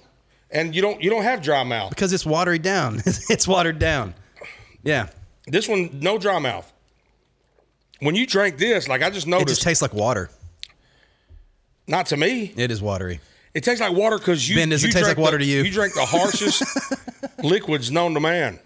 [SPEAKER 1] and you don't you don't have dry mouth.
[SPEAKER 3] because it's watered down. (laughs) it's watered down. Yeah,
[SPEAKER 1] This one, no dry mouth. When you drank this, like I just
[SPEAKER 3] it just
[SPEAKER 1] noticed,
[SPEAKER 3] tastes like water.
[SPEAKER 1] not to me,
[SPEAKER 3] It is watery.
[SPEAKER 1] it tastes like water because you.
[SPEAKER 3] Ben, does
[SPEAKER 1] you
[SPEAKER 3] it taste
[SPEAKER 1] drank
[SPEAKER 3] like water
[SPEAKER 1] the-
[SPEAKER 3] to you?
[SPEAKER 1] You drank
[SPEAKER 3] (laughs)
[SPEAKER 1] the harshest liquids known to man.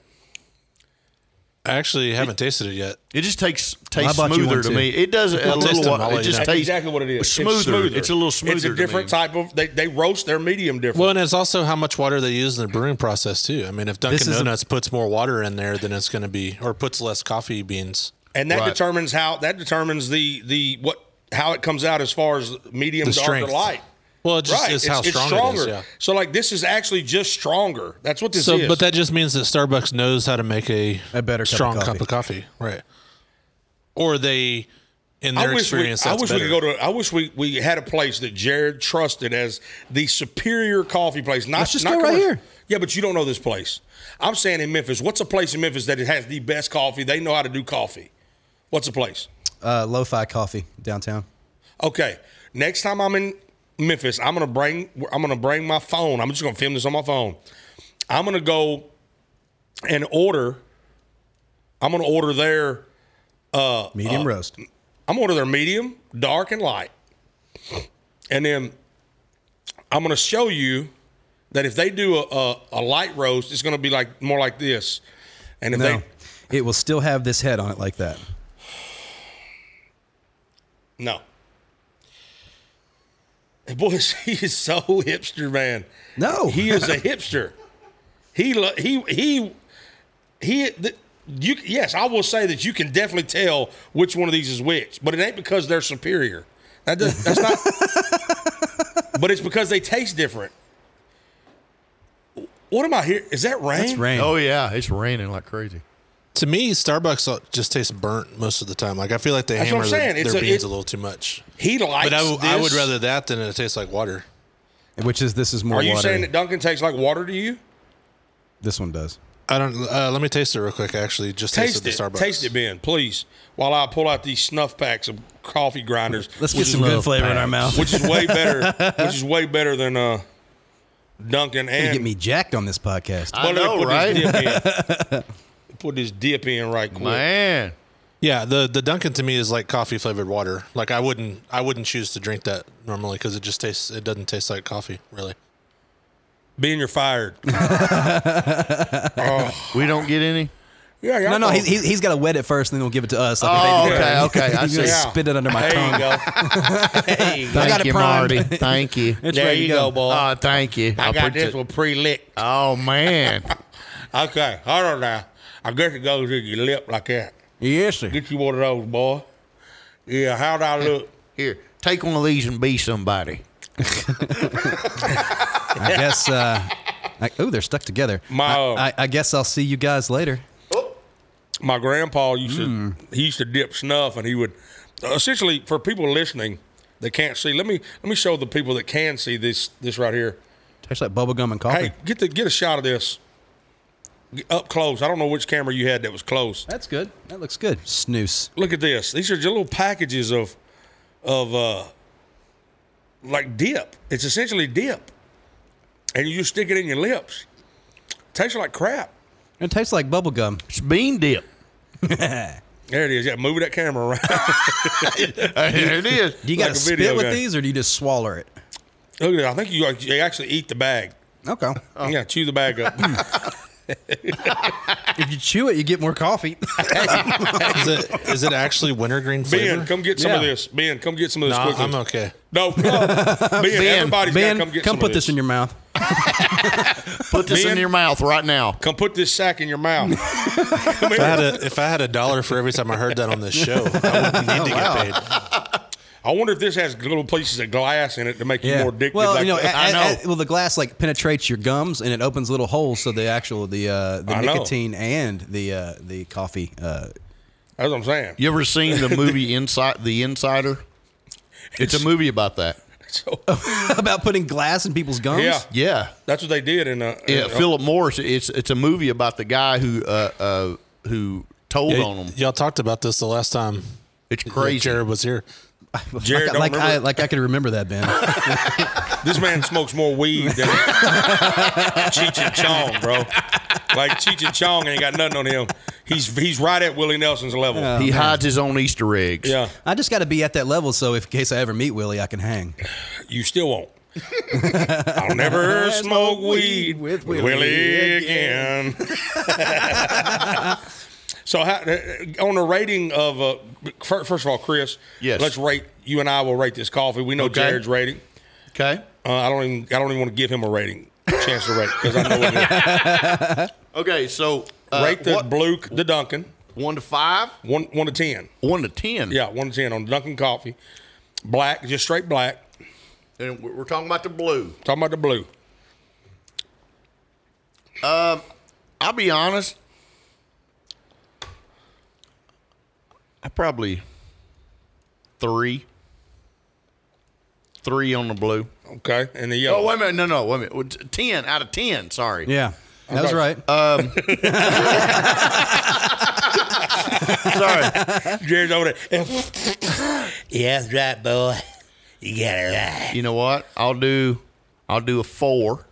[SPEAKER 8] I actually haven't tasted it yet.
[SPEAKER 5] It just takes
[SPEAKER 3] I
[SPEAKER 5] tastes
[SPEAKER 3] bought you
[SPEAKER 5] smoother
[SPEAKER 3] one
[SPEAKER 5] to
[SPEAKER 3] too.
[SPEAKER 5] me. It does a
[SPEAKER 8] Well, taste
[SPEAKER 5] little.
[SPEAKER 8] them,
[SPEAKER 5] while-
[SPEAKER 8] I'll
[SPEAKER 5] It
[SPEAKER 8] let you
[SPEAKER 5] just
[SPEAKER 8] know.
[SPEAKER 5] tastes
[SPEAKER 1] Exactly what it is.
[SPEAKER 5] It's smoother. It's, a little smoother.
[SPEAKER 1] It's a
[SPEAKER 5] to
[SPEAKER 1] different
[SPEAKER 5] me.
[SPEAKER 1] type of. They, they roast their medium different.
[SPEAKER 8] Well, and it's also how much water they use in the brewing process too. I mean, if
[SPEAKER 3] This
[SPEAKER 8] Dunkin'
[SPEAKER 3] is a-
[SPEAKER 8] Donuts puts more water in there, then it's going to be, or puts less coffee beans.
[SPEAKER 1] and that
[SPEAKER 8] Right.
[SPEAKER 1] determines how that determines the the what how it comes out as far as medium
[SPEAKER 8] The
[SPEAKER 1] dark
[SPEAKER 8] strength.
[SPEAKER 1] or light.
[SPEAKER 8] Well, it just
[SPEAKER 1] right,
[SPEAKER 8] is
[SPEAKER 1] it's,
[SPEAKER 8] how
[SPEAKER 1] it's
[SPEAKER 8] strong
[SPEAKER 1] stronger.
[SPEAKER 8] it is. Yeah.
[SPEAKER 1] So like this is actually just stronger. That's what this
[SPEAKER 8] So,
[SPEAKER 1] is.
[SPEAKER 8] but that just means that Starbucks knows how to make a,
[SPEAKER 3] A better cup of
[SPEAKER 8] strong
[SPEAKER 3] coffee.
[SPEAKER 8] cup of coffee, right? Or they, in
[SPEAKER 1] I
[SPEAKER 8] their
[SPEAKER 1] wish we,
[SPEAKER 8] experience,
[SPEAKER 1] I
[SPEAKER 8] that's
[SPEAKER 1] wish we
[SPEAKER 8] better.
[SPEAKER 1] could go to. I wish we, we had a place that Jared trusted as the superior coffee place. Not
[SPEAKER 3] Let's just
[SPEAKER 1] not
[SPEAKER 3] go right
[SPEAKER 1] commercial.
[SPEAKER 3] here.
[SPEAKER 1] Yeah, but you don't know this place. I'm saying in Memphis, what's a place in Memphis that has the best coffee? They know how to do coffee. What's a place?
[SPEAKER 3] Uh, lo-fi coffee downtown.
[SPEAKER 1] Okay, next time I'm in Memphis, I'm gonna bring I'm gonna bring my phone. I'm just gonna film this on my phone. I'm gonna go and order. I'm gonna order their.
[SPEAKER 3] Medium roast.
[SPEAKER 1] I'm gonna order their medium, dark, and light. And then I'm gonna show you that if they do a, a, a light roast, it's gonna be like more like this. And if
[SPEAKER 3] No,
[SPEAKER 1] they
[SPEAKER 3] it will still have this head on it like that.
[SPEAKER 1] no. Boy, (laughs) he is so hipster, man.
[SPEAKER 8] Oh.
[SPEAKER 3] No,
[SPEAKER 1] he is a hipster. He lo- he he he. Th- you yes, I will say that you can definitely tell which one of these is which, but it ain't because they're superior. That does, that's
[SPEAKER 8] (laughs)
[SPEAKER 1] not. but it's because they taste different. What am I here? Is that rain?
[SPEAKER 3] It's rain.
[SPEAKER 6] Oh yeah, it's raining like crazy.
[SPEAKER 8] To me, Starbucks just tastes burnt most of the time. Like I feel like they
[SPEAKER 1] That's what
[SPEAKER 8] hammer
[SPEAKER 1] I'm
[SPEAKER 8] their,
[SPEAKER 1] saying. It's
[SPEAKER 8] their
[SPEAKER 1] a-
[SPEAKER 8] beans
[SPEAKER 1] it-
[SPEAKER 8] a little too much.
[SPEAKER 1] He likes
[SPEAKER 8] But I,
[SPEAKER 1] this.
[SPEAKER 8] w- I would rather that than it tastes like water.
[SPEAKER 3] Which is this is more
[SPEAKER 1] Are you
[SPEAKER 3] watery.
[SPEAKER 1] saying that Duncan tastes like water to you?
[SPEAKER 3] this one does.
[SPEAKER 8] I don't. Uh, let me taste it real quick. I Actually, just
[SPEAKER 1] Taste
[SPEAKER 8] tasted
[SPEAKER 1] it.
[SPEAKER 8] the Starbucks.
[SPEAKER 1] Taste it, Ben, please. While I pull out these snuff packs of coffee grinders,
[SPEAKER 3] Let's get some good flavor in our mouth.
[SPEAKER 1] which is way better, which is way better than uh, Duncan
[SPEAKER 3] You
[SPEAKER 1] and
[SPEAKER 3] get me jacked on this podcast.
[SPEAKER 6] I know, right?
[SPEAKER 1] This dip in. put this dip in right quick.
[SPEAKER 6] (laughs) Man,
[SPEAKER 8] Yeah, the the Dunkin' to me is like coffee flavored water. Like I wouldn't I wouldn't choose to drink that normally because it just tastes it doesn't taste like coffee really.
[SPEAKER 1] Ben, you're fired.
[SPEAKER 6] we don't get any.
[SPEAKER 1] Yeah, y'all
[SPEAKER 3] No, no,
[SPEAKER 1] thought-
[SPEAKER 3] he's, he's he's got to wet it first, and then he'll give it to us. Like
[SPEAKER 6] Oh,
[SPEAKER 3] if they-
[SPEAKER 6] okay, okay,
[SPEAKER 3] (laughs)
[SPEAKER 6] I
[SPEAKER 3] He's gonna
[SPEAKER 6] see.
[SPEAKER 3] spit it under my
[SPEAKER 1] there you
[SPEAKER 3] tongue.
[SPEAKER 1] go.
[SPEAKER 3] I got
[SPEAKER 6] Thank
[SPEAKER 3] it
[SPEAKER 6] you,
[SPEAKER 1] (laughs)
[SPEAKER 3] primed.
[SPEAKER 6] Marty. Thank you.
[SPEAKER 3] It's
[SPEAKER 1] There
[SPEAKER 3] ready
[SPEAKER 1] you
[SPEAKER 3] to
[SPEAKER 1] go,
[SPEAKER 3] go.
[SPEAKER 1] boy.
[SPEAKER 6] Oh, thank you.
[SPEAKER 1] I got
[SPEAKER 6] appreciate-
[SPEAKER 1] this one pre-licked.
[SPEAKER 6] Oh man, (laughs)
[SPEAKER 3] (laughs)
[SPEAKER 1] Okay, hold on now. I guess it goes in your lip like that.
[SPEAKER 6] yes sir.
[SPEAKER 1] Get you one of those, boy. Yeah, how'd I look?
[SPEAKER 6] Here, take one of these and be somebody.
[SPEAKER 3] I guess. Uh, I, oh, they're stuck together.
[SPEAKER 1] My,
[SPEAKER 3] I,
[SPEAKER 1] uh,
[SPEAKER 3] I, I guess I'll see you guys later.
[SPEAKER 1] my grandpa used to
[SPEAKER 3] Mm.
[SPEAKER 1] he used to dip snuff and he would essentially for people listening that can't see let me let me show the people that can see this this right here
[SPEAKER 3] Tastes like bubble gum and coffee.
[SPEAKER 1] hey get the get a shot of this Get up close i don't know which camera you had that was close
[SPEAKER 3] That's good. That looks good. Snooze.
[SPEAKER 1] look at this these are just little packages of of uh like dip it's essentially dip and you just stick it in your lips tastes like crap
[SPEAKER 3] It tastes like bubble gum.
[SPEAKER 6] It's bean dip.
[SPEAKER 1] (laughs) there it is yeah move that camera around (laughs)
[SPEAKER 6] There it is.
[SPEAKER 3] Do you
[SPEAKER 1] Like
[SPEAKER 3] got
[SPEAKER 1] a
[SPEAKER 3] to spit
[SPEAKER 1] video
[SPEAKER 3] with
[SPEAKER 1] game.
[SPEAKER 3] these, or do you just swallow it?
[SPEAKER 1] look at that i think you, like, you actually eat the bag
[SPEAKER 3] Okay.
[SPEAKER 1] yeah chew the bag up
[SPEAKER 3] (laughs) if you chew it, you get
[SPEAKER 1] (laughs)
[SPEAKER 3] more coffee.
[SPEAKER 8] Is it is it actually wintergreen flavor?
[SPEAKER 1] Ben, come get some of
[SPEAKER 3] Yeah.
[SPEAKER 1] this. Ben, come get some of this
[SPEAKER 8] no,
[SPEAKER 1] quickly.
[SPEAKER 8] I'm
[SPEAKER 3] (laughs)
[SPEAKER 8] okay.
[SPEAKER 1] No, (laughs) no. Ben, everybody's
[SPEAKER 3] ben,
[SPEAKER 1] got to come get
[SPEAKER 3] come
[SPEAKER 1] some
[SPEAKER 3] put
[SPEAKER 1] of
[SPEAKER 3] this. in your mouth.
[SPEAKER 6] (laughs) Put this
[SPEAKER 1] Man.
[SPEAKER 6] in your mouth right now.
[SPEAKER 1] Come put this sack in your mouth.
[SPEAKER 3] (laughs)
[SPEAKER 1] Come
[SPEAKER 8] If I, had
[SPEAKER 1] here.
[SPEAKER 8] a, if I had a dollar for every time I heard that on this show, I
[SPEAKER 3] (laughs)
[SPEAKER 8] wouldn't need to get paid.
[SPEAKER 1] I wonder if this has little pieces of glass in it to make you more addicted.
[SPEAKER 3] well,
[SPEAKER 1] like
[SPEAKER 3] you know,
[SPEAKER 1] that.
[SPEAKER 3] a-
[SPEAKER 6] I
[SPEAKER 3] a-
[SPEAKER 6] know.
[SPEAKER 3] a- well, the glass like penetrates your gums and it opens little holes, so the actual the uh, the
[SPEAKER 1] I know.
[SPEAKER 3] nicotine and the uh, the coffee.
[SPEAKER 1] (laughs)
[SPEAKER 3] Uh, (laughs)
[SPEAKER 1] That's what I'm saying.
[SPEAKER 6] You ever seen the movie Inside the Insider? It's a movie about that.
[SPEAKER 1] (laughs) So,
[SPEAKER 3] about putting glass in people's gums.
[SPEAKER 1] yeah,
[SPEAKER 6] Yeah.
[SPEAKER 1] that's what they did in. Uh,
[SPEAKER 3] (laughs)
[SPEAKER 6] Yeah,
[SPEAKER 1] in-
[SPEAKER 6] Philip Morris. It's it's a movie about the guy who uh, uh, who told on him.
[SPEAKER 8] Y'all talked about this the last time
[SPEAKER 6] It's crazy.
[SPEAKER 8] Jared was here.
[SPEAKER 1] Jared,
[SPEAKER 3] like,
[SPEAKER 1] don't
[SPEAKER 3] like I
[SPEAKER 1] remember-
[SPEAKER 3] like I could remember that, Ben. (laughs)
[SPEAKER 1] this man smokes more weed than Cheech and Chong, bro. Like Cheech and Chong ain't got nothing on him. He's he's right at Willie Nelson's level. Yeah.
[SPEAKER 6] he hides his own Easter eggs.
[SPEAKER 3] I just got to be at that level, so if in case I ever meet Willie, I can hang.
[SPEAKER 1] you still (laughs) won't. I'll never smoke weed with Willie, again. (laughs) so, how, on the rating of uh, fir- first of all, Chris,
[SPEAKER 6] Yes.
[SPEAKER 1] let's rate. You and I will rate this coffee. We know
[SPEAKER 6] Okay.
[SPEAKER 1] Jared's rating.
[SPEAKER 6] Okay.
[SPEAKER 1] Uh, I don't even. I don't even want to give him a rating. Chance to rate because I know what (laughs) it
[SPEAKER 6] Okay. So
[SPEAKER 1] is.
[SPEAKER 6] uh,
[SPEAKER 1] rate the
[SPEAKER 6] what-
[SPEAKER 1] blue, the Duncan,
[SPEAKER 6] one to five,
[SPEAKER 1] one one to ten.
[SPEAKER 6] one to ten.
[SPEAKER 1] Yeah, one to ten on Duncan coffee, black, just straight black.
[SPEAKER 6] And we're we're talking about the blue.
[SPEAKER 1] Talking about the blue.
[SPEAKER 6] I'll be honest. I probably three. Three on the blue.
[SPEAKER 1] Okay, and the
[SPEAKER 6] Oh,
[SPEAKER 1] yellow.
[SPEAKER 6] wait a minute. No, no, wait a minute. Ten out of ten. Sorry.
[SPEAKER 3] Yeah, that was
[SPEAKER 1] Okay. Uh,
[SPEAKER 3] right.
[SPEAKER 6] Sorry.
[SPEAKER 1] Jared's over there. yeah, that's right, boy. You got it right.
[SPEAKER 6] (laughs) you know what? I'll do. I'll do a four.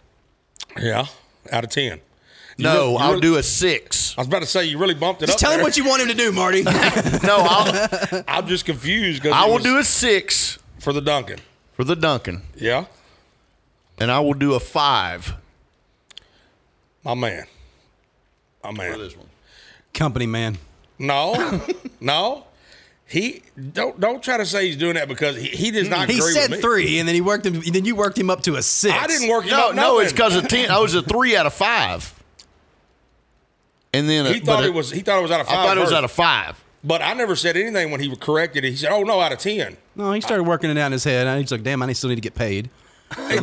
[SPEAKER 1] Yeah, out of ten.
[SPEAKER 6] No,
[SPEAKER 1] really- you
[SPEAKER 6] I'll
[SPEAKER 1] really-
[SPEAKER 6] do a six.
[SPEAKER 1] I was about to say you really bumped it
[SPEAKER 3] just
[SPEAKER 1] up.
[SPEAKER 3] tell him
[SPEAKER 1] there.
[SPEAKER 3] what you want him to
[SPEAKER 1] (laughs)
[SPEAKER 3] do, Marty.
[SPEAKER 6] No, I'll,
[SPEAKER 1] I'm just confused because
[SPEAKER 6] I will do a six
[SPEAKER 1] for the Duncan.
[SPEAKER 6] for the Duncan,
[SPEAKER 1] Yeah,
[SPEAKER 6] and I will do a five
[SPEAKER 1] my man, my
[SPEAKER 6] for
[SPEAKER 1] man.
[SPEAKER 6] this one.
[SPEAKER 3] Company man.
[SPEAKER 6] (laughs)
[SPEAKER 1] No, no. He don't don't try to say he's doing that because he, he does
[SPEAKER 6] Mm.
[SPEAKER 1] not
[SPEAKER 3] He
[SPEAKER 1] agree
[SPEAKER 3] said
[SPEAKER 1] with me.
[SPEAKER 3] three, and then he worked him. Then you worked him up to a six.
[SPEAKER 1] I didn't work him
[SPEAKER 6] No,
[SPEAKER 1] up
[SPEAKER 6] no, it's
[SPEAKER 1] nothing.
[SPEAKER 6] because of ten. I was a three out of five, and then
[SPEAKER 1] he
[SPEAKER 6] a,
[SPEAKER 1] thought
[SPEAKER 6] but a-
[SPEAKER 1] it was he thought it was out of
[SPEAKER 6] I
[SPEAKER 1] five.
[SPEAKER 6] thought it was
[SPEAKER 1] first.
[SPEAKER 6] out of five.
[SPEAKER 1] But I never said anything when he corrected it. He said, "Oh no, out of 10.
[SPEAKER 3] No, he started working it out in his head. and He's like, damn, I still need to get paid. Let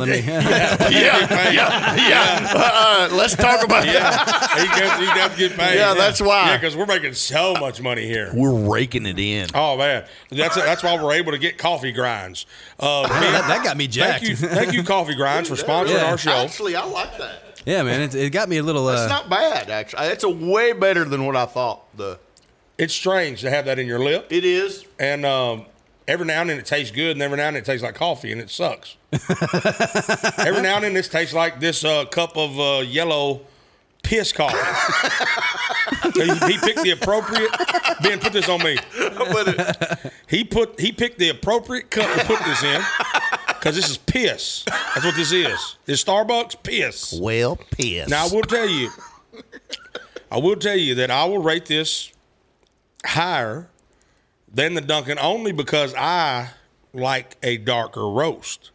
[SPEAKER 1] (laughs)
[SPEAKER 3] me, (laughs) yeah.
[SPEAKER 1] yeah, (laughs)
[SPEAKER 6] (laughs)
[SPEAKER 1] yeah,
[SPEAKER 6] Yeah. Uh, uh, let's talk about that.
[SPEAKER 1] yeah. He does, he does get paid.
[SPEAKER 6] Yeah, that's why.
[SPEAKER 1] Yeah, because we're making so much money here.
[SPEAKER 6] (laughs) We're raking it in.
[SPEAKER 1] Oh man, that's that's why we're able to get coffee grinds. Uh, man,
[SPEAKER 3] that, that got me jacked.
[SPEAKER 1] thank you, thank you, coffee grinds for sponsoring
[SPEAKER 3] (laughs) Yeah.
[SPEAKER 1] our show.
[SPEAKER 5] Actually, I like that.
[SPEAKER 3] Yeah, man, it, it got me a little.
[SPEAKER 5] It's
[SPEAKER 3] Uh,
[SPEAKER 5] not bad. Actually, it's a way better than what I thought. The
[SPEAKER 1] It's strange to have that in your lip,
[SPEAKER 5] it is.
[SPEAKER 1] and um, every now and then it tastes good, and every now and then it tastes like coffee, and it
[SPEAKER 3] (laughs)
[SPEAKER 1] sucks. every now and then this tastes like this uh, cup of uh, yellow piss coffee. (laughs) he, he picked the appropriate. Ben, put this on me.
[SPEAKER 5] But it,
[SPEAKER 1] He put he picked the appropriate cup to put this in because this is piss. That's what this is. It's Starbucks piss.
[SPEAKER 6] (laughs) Well, piss.
[SPEAKER 1] Now I will tell you, I will tell you that I will rate this higher than the Duncan only because I like a darker roast.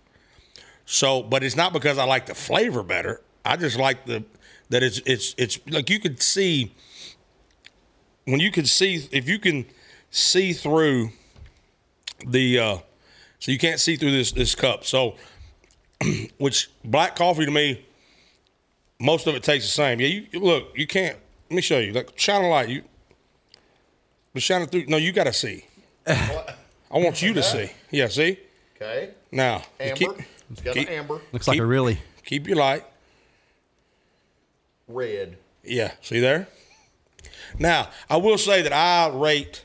[SPEAKER 1] So, but it's not because I like the flavor better. I just like the that it's it's it's like you could see when you can see if you can see through the uh so you can't see through this this cup. So (clears throat) which black coffee to me most of it tastes the same. Yeah, you you- look, you can't. Let me show you. Like shine a light. You, but shine it through. No, you got to see. I want you to see. Yeah, see.
[SPEAKER 5] okay,
[SPEAKER 1] Now, you
[SPEAKER 5] amber.
[SPEAKER 1] keep
[SPEAKER 5] it's got
[SPEAKER 1] keep-
[SPEAKER 5] an amber,
[SPEAKER 3] looks like
[SPEAKER 1] keep-
[SPEAKER 3] a really.
[SPEAKER 1] keep your light.
[SPEAKER 5] red.
[SPEAKER 1] Yeah, see there. Now, I will say that I rate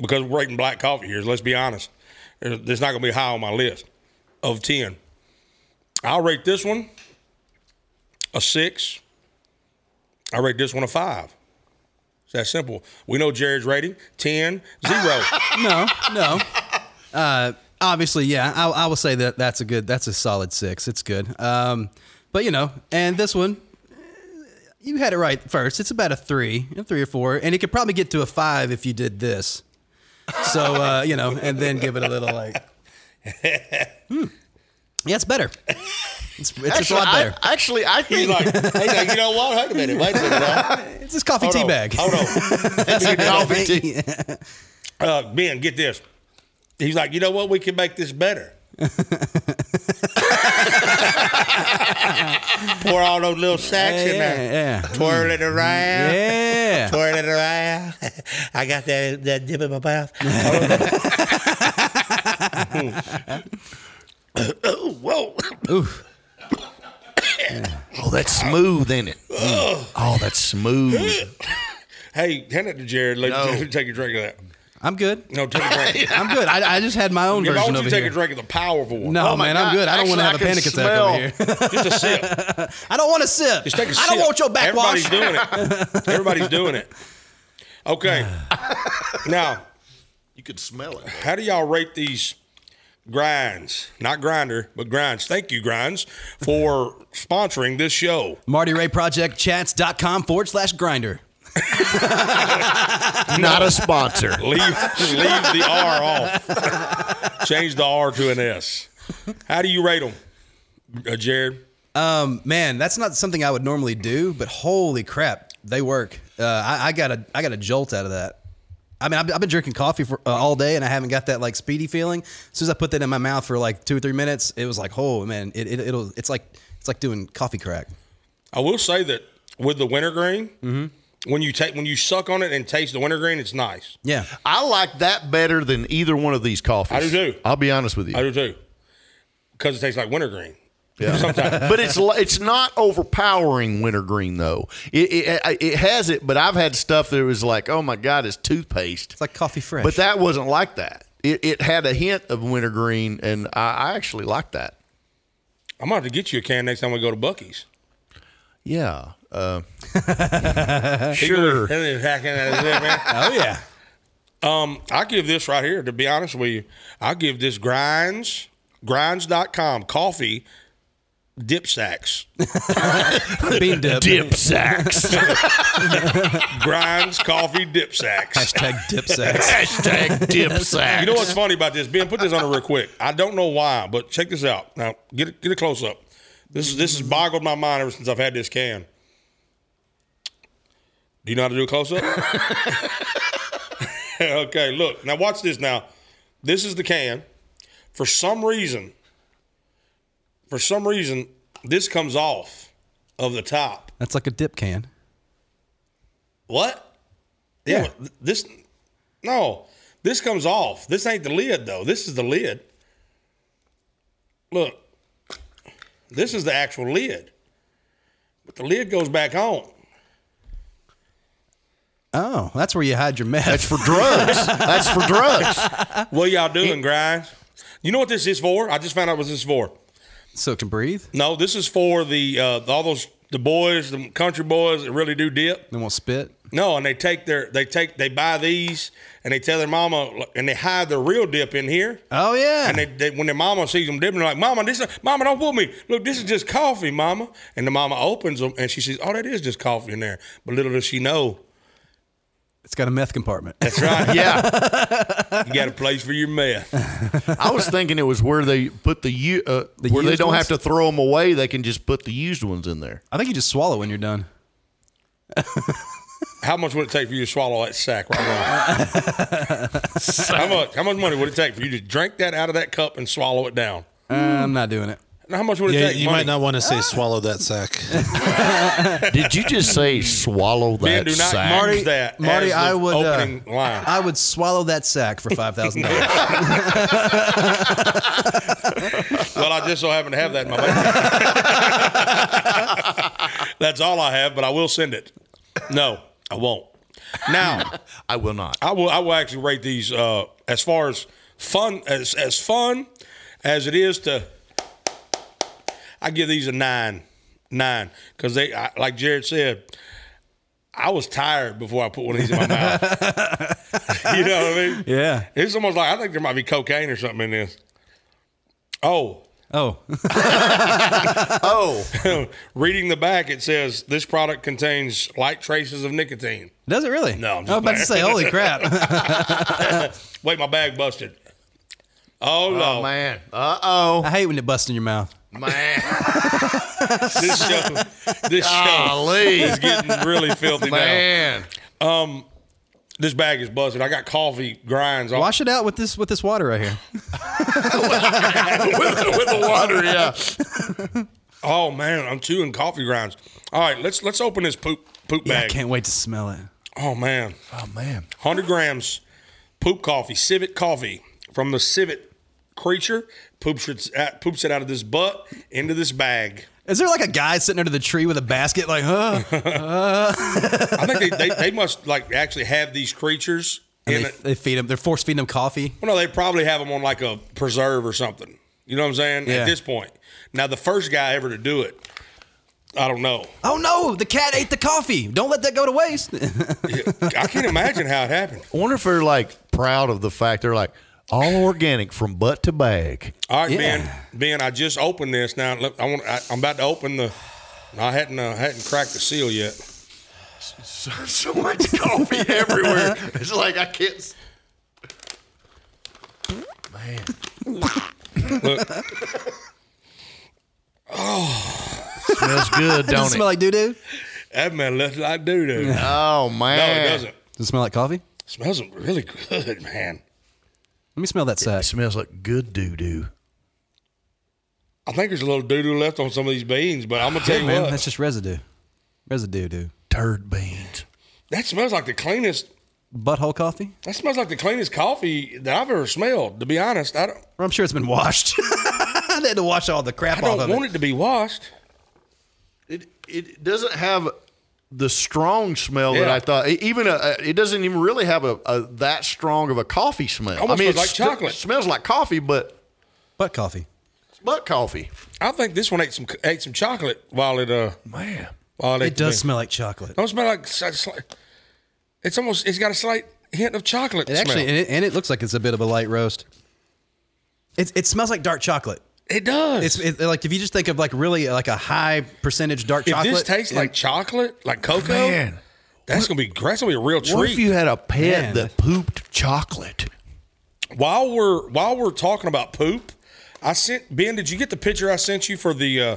[SPEAKER 1] because we're rating black coffee here. Let's be honest, there's there's not going to be high on my list of ten. I'll rate this one a six. I rate this one a five. It's that simple. We know Jared's rating 10, 0.
[SPEAKER 3] No, no. Uh, obviously, yeah, I, I will say that that's a good. That's a solid six. It's good. Um, but you know, and this one, you had it right first. It's about a three, a three or four, and it could probably get to a five if you did this. So uh, you know, and then give it a little like. Hmm. Yeah, it's better. It's, it's, it's a lot better.
[SPEAKER 6] I, actually, I
[SPEAKER 1] He's
[SPEAKER 6] think
[SPEAKER 1] like, he's like, you know what? Wait a minute. Wait a minute. now.
[SPEAKER 3] it's this coffee
[SPEAKER 1] Hold
[SPEAKER 3] tea
[SPEAKER 1] on,
[SPEAKER 3] bag.
[SPEAKER 1] Hold
[SPEAKER 3] (laughs)
[SPEAKER 1] on.
[SPEAKER 6] that's a coffee tea.
[SPEAKER 1] Uh, ben, get this. He's like, you know what? We can make this
[SPEAKER 3] (laughs)
[SPEAKER 1] better. Pour all those little sacks
[SPEAKER 3] Yeah,
[SPEAKER 1] in there.
[SPEAKER 3] yeah,
[SPEAKER 1] Twirl it around.
[SPEAKER 3] yeah.
[SPEAKER 1] Twirl it around. (laughs) I got that, that dip in my
[SPEAKER 3] (laughs)
[SPEAKER 1] mouth. oh, whoa.
[SPEAKER 6] Oh, that's smooth, ain't it? Mm. Oh, that's smooth.
[SPEAKER 1] Hey, hand it to Jared. Let
[SPEAKER 6] No.
[SPEAKER 1] take a drink of that.
[SPEAKER 3] I'm good.
[SPEAKER 1] No, take a drink.
[SPEAKER 3] (laughs) I'm good. I, I just had my own
[SPEAKER 1] Yeah, why
[SPEAKER 3] version
[SPEAKER 1] don't you
[SPEAKER 3] over
[SPEAKER 1] take
[SPEAKER 3] here.
[SPEAKER 1] a drink of the powerful one?
[SPEAKER 3] No,
[SPEAKER 6] Oh my
[SPEAKER 3] man, I'm
[SPEAKER 6] God.
[SPEAKER 3] good. I don't want to have a
[SPEAKER 6] Actually, I
[SPEAKER 3] panic
[SPEAKER 6] can
[SPEAKER 3] attack over here. (laughs)
[SPEAKER 1] Just a sip.
[SPEAKER 3] I don't want to sip.
[SPEAKER 1] Just take a
[SPEAKER 3] (laughs) I
[SPEAKER 1] sip.
[SPEAKER 3] don't want your
[SPEAKER 1] Everybody's
[SPEAKER 3] backwash.
[SPEAKER 1] doing it. Everybody's doing it.
[SPEAKER 3] (sighs)
[SPEAKER 1] Okay. now,
[SPEAKER 5] You could smell it.
[SPEAKER 1] how do y'all rate these grinds? Not grinder, but grinds. Thank you, grinds, for sponsoring this show.
[SPEAKER 3] Marty Ray Project chats.com forward slash grinder.
[SPEAKER 6] Not a sponsor.
[SPEAKER 1] Leave, leave the R off. Change the R to an S. How do you rate them, uh, Jared?
[SPEAKER 3] Um, Man, that's not something I would normally do, but holy crap, they work. Uh, I, I got a I got a jolt out of that. I mean, I've, I've been drinking coffee for uh, all day, and I haven't got that like speedy feeling. As soon as I put that in my mouth for like two or three minutes, it was like, oh man, it, it, it'll it's like it's like doing coffee crack.
[SPEAKER 1] I will say that with the wintergreen, when you take when you suck on it and taste the wintergreen, it's nice.
[SPEAKER 3] Yeah,
[SPEAKER 6] I like that better than either one of these coffees.
[SPEAKER 1] I do too.
[SPEAKER 6] I'll be honest with you.
[SPEAKER 1] I do too. Because it tastes like wintergreen.
[SPEAKER 6] Yeah.
[SPEAKER 1] Sometimes.
[SPEAKER 6] (laughs) but it's li- it's not overpowering wintergreen though. It, it I- it has it, but I've had stuff that was like, oh my god, it's toothpaste.
[SPEAKER 3] it's like coffee fresh.
[SPEAKER 6] but that wasn't like that. It, it had a hint of wintergreen, and I, I actually like that.
[SPEAKER 1] I'm about to get you a can next time we go to Bucky's.
[SPEAKER 6] Yeah, uh,
[SPEAKER 1] Sure. uh, I
[SPEAKER 3] (laughs) oh yeah,
[SPEAKER 1] Um, give this right here, to be honest with you. I give this grinds, grinds.com, coffee, dip sacks.
[SPEAKER 3] (laughs)
[SPEAKER 6] (laughs)
[SPEAKER 3] bean dip.
[SPEAKER 6] dip sacks.
[SPEAKER 1] Grinds, coffee, dip
[SPEAKER 3] (laughs)
[SPEAKER 1] sacks.
[SPEAKER 3] Hashtag dip sex.
[SPEAKER 6] Hashtag dip sacks.
[SPEAKER 1] You know what's funny about this, Ben? Put this on real quick. I don't know why, but check this out. Now, get a, get a close up. This is this has boggled my mind ever since I've had this can. Do you know how to do a close up? (laughs) okay, look. Now watch this. Now, this is the can. For some reason, for some reason, this comes off of the top.
[SPEAKER 3] That's like a dip can.
[SPEAKER 1] What? Yeah. th- This no. This comes off. This ain't the lid though. This is the lid. Look. This is the actual lid. But the lid goes back on.
[SPEAKER 3] Oh, that's where you hide your meth.
[SPEAKER 6] That's for drugs. That's for drugs.
[SPEAKER 1] What y'all doing, Grimes? You know what this is for? I just found out what this is for.
[SPEAKER 3] (laughs) so it can breathe.
[SPEAKER 1] No, this is for the uh, all those the boys, the country boys that really do dip.
[SPEAKER 3] It won't spit.
[SPEAKER 1] No, and they take their they take they buy these and they tell their mama look, and they hide their real dip in here.
[SPEAKER 3] Oh yeah.
[SPEAKER 1] And they, they when their mama sees them dipping, they're like, "Mama, this is, mama, don't put me. Look, this is just coffee, mama." And the mama opens them and she says, "Oh, that is just coffee in there." But little does she know,
[SPEAKER 3] it's got a meth compartment.
[SPEAKER 1] that's right.
[SPEAKER 6] Yeah,
[SPEAKER 1] (laughs) you got a place for your meth.
[SPEAKER 6] I was thinking it was where they put the, u- uh,
[SPEAKER 3] The
[SPEAKER 6] where they
[SPEAKER 3] used
[SPEAKER 6] don't
[SPEAKER 3] ones?
[SPEAKER 6] have to throw them away. They can just put the used ones in there.
[SPEAKER 3] I think you just swallow when you're done.
[SPEAKER 1] How much would it take for you to swallow that sack right now? how much? How much money would it take for you to drink that out of that cup and swallow it down?
[SPEAKER 3] Uh, I'm not doing it.
[SPEAKER 1] And how much would it
[SPEAKER 8] Yeah,
[SPEAKER 1] take?
[SPEAKER 8] you
[SPEAKER 1] money?
[SPEAKER 8] might not want to
[SPEAKER 3] Ah.
[SPEAKER 8] say swallow that
[SPEAKER 3] (laughs)
[SPEAKER 8] sack.
[SPEAKER 6] Did you just say swallow that
[SPEAKER 1] Ben, do not
[SPEAKER 6] sack?
[SPEAKER 1] Marty, that.
[SPEAKER 3] Marty,
[SPEAKER 1] as the
[SPEAKER 3] I would, uh,
[SPEAKER 1] opening line.
[SPEAKER 3] I would swallow that sack for five thousand dollars.
[SPEAKER 1] Well, I just so happen to have that in my bag. (laughs) That's all I have, but I will send it. No, I won't. Now,
[SPEAKER 6] I will not.
[SPEAKER 1] I will. I will actually rate these uh, as far as fun as as fun as it is to. I give these a nine, nine because they I, like Jared said. I was tired before I put one of these in my mouth. (laughs) you know what I mean?
[SPEAKER 3] (laughs) yeah.
[SPEAKER 1] It's almost like I think there might be cocaine or something in this. Oh,
[SPEAKER 3] (laughs) Oh,
[SPEAKER 4] Oh,
[SPEAKER 1] (laughs) Reading the back, it says this product contains light traces of nicotine.
[SPEAKER 3] does it really?
[SPEAKER 1] No, I'm just
[SPEAKER 3] I was about to
[SPEAKER 1] playing.
[SPEAKER 3] say, holy (laughs) crap!
[SPEAKER 1] Wait, my bag busted. Oh no!
[SPEAKER 4] oh man.
[SPEAKER 6] Uh oh,
[SPEAKER 3] I hate when it busts in your mouth.
[SPEAKER 4] (laughs)
[SPEAKER 6] man,
[SPEAKER 1] This show, this show
[SPEAKER 6] golly,
[SPEAKER 1] is getting really filthy now.
[SPEAKER 6] man.
[SPEAKER 1] This bag is busted. I got coffee grinds. All,
[SPEAKER 3] Wash it out with this with this water right here.
[SPEAKER 6] with, with the water, yeah.
[SPEAKER 1] oh man, I'm chewing coffee grinds. All right, let's let's open this poop poop
[SPEAKER 3] Yeah, I
[SPEAKER 1] bag.
[SPEAKER 3] can't wait to smell it.
[SPEAKER 1] Oh man,
[SPEAKER 6] Oh man,
[SPEAKER 1] hundred grams poop coffee, civet coffee from the civet creature. Poops it, poops it out of this butt into this bag.
[SPEAKER 3] Is there like a guy sitting under the tree with a basket, like, huh?
[SPEAKER 1] I think they, they, they must like actually have these creatures in
[SPEAKER 3] And they,
[SPEAKER 1] it.
[SPEAKER 3] they feed him. They're force feeding him coffee.
[SPEAKER 1] Well, no, they probably have them on like a preserve or something. You know what I'm saying?
[SPEAKER 3] Yeah.
[SPEAKER 1] At this point, now the first guy ever to do it, I don't know.
[SPEAKER 3] Oh no, the cat ate the coffee. Don't let that go to (laughs) waste.
[SPEAKER 1] I can't imagine how it happened.
[SPEAKER 6] I wonder if they're like proud of the fact they're like all organic from butt to bag.
[SPEAKER 1] All right,
[SPEAKER 3] Yeah.
[SPEAKER 1] Ben. Ben, I just opened this. Now look, I want. I, I'm about to open the. I hadn't. Uh, hadn't cracked the seal yet.
[SPEAKER 4] So much coffee (laughs) everywhere. It's like I can't. s-
[SPEAKER 1] Look,
[SPEAKER 6] Smells
[SPEAKER 4] (laughs)
[SPEAKER 6] good,
[SPEAKER 3] Does
[SPEAKER 6] don't it?
[SPEAKER 3] it smell like doo doo?
[SPEAKER 1] that man looks like doo doo. No,
[SPEAKER 6] oh
[SPEAKER 1] it
[SPEAKER 6] man,
[SPEAKER 1] doesn't.
[SPEAKER 3] Does it smell like coffee?
[SPEAKER 1] Smells really good, man.
[SPEAKER 3] Let me smell that sack.
[SPEAKER 6] It smells like good doo doo.
[SPEAKER 1] I think there's a little doo doo left on some of these beans, but I'm gonna tell you
[SPEAKER 3] Man,
[SPEAKER 1] what.
[SPEAKER 3] that's just residue. Residue, dude.
[SPEAKER 6] Turd beans.
[SPEAKER 1] That smells like the cleanest.
[SPEAKER 3] Butthole coffee?
[SPEAKER 1] That smells like the cleanest coffee that I've ever smelled. To be honest, I don't.
[SPEAKER 3] Or I'm sure it's been washed. (laughs) they had to wash all the crap
[SPEAKER 1] I
[SPEAKER 3] off
[SPEAKER 1] don't
[SPEAKER 3] of
[SPEAKER 1] want
[SPEAKER 3] it.
[SPEAKER 1] it to be washed.
[SPEAKER 6] It it doesn't have the strong smell that
[SPEAKER 1] Yeah.
[SPEAKER 6] I thought. It, even a, a- it doesn't even really have a, a that strong of a coffee smell.
[SPEAKER 1] Almost
[SPEAKER 6] I mean,
[SPEAKER 1] smells like
[SPEAKER 6] it st-
[SPEAKER 1] chocolate.
[SPEAKER 6] Smells like coffee, but
[SPEAKER 3] Butt coffee.
[SPEAKER 6] it's butt coffee.
[SPEAKER 1] I think this one ate some ate some chocolate while it uh
[SPEAKER 6] Man,
[SPEAKER 1] while it, ate
[SPEAKER 3] It
[SPEAKER 1] the
[SPEAKER 3] does
[SPEAKER 1] bean.
[SPEAKER 3] smell like chocolate.
[SPEAKER 1] Don't smell like s- s- like- it's almost it's got a slight hint of chocolate.
[SPEAKER 3] It
[SPEAKER 1] smell.
[SPEAKER 3] actually, and it, and it looks like it's a bit of a light roast. It, it smells like dark chocolate.
[SPEAKER 1] it does.
[SPEAKER 3] It's it, like if you just think of like really like a high percentage dark
[SPEAKER 1] if
[SPEAKER 3] chocolate.
[SPEAKER 1] this tastes
[SPEAKER 3] and-
[SPEAKER 1] like chocolate, like cocoa,
[SPEAKER 6] man.
[SPEAKER 1] that's gonna be that's gonna be a real
[SPEAKER 6] What if
[SPEAKER 1] treat.
[SPEAKER 6] you had a pet
[SPEAKER 3] Man.
[SPEAKER 6] that pooped chocolate?
[SPEAKER 1] while we're while we're talking about poop, I sent Ben. Did you get the picture I sent you for the uh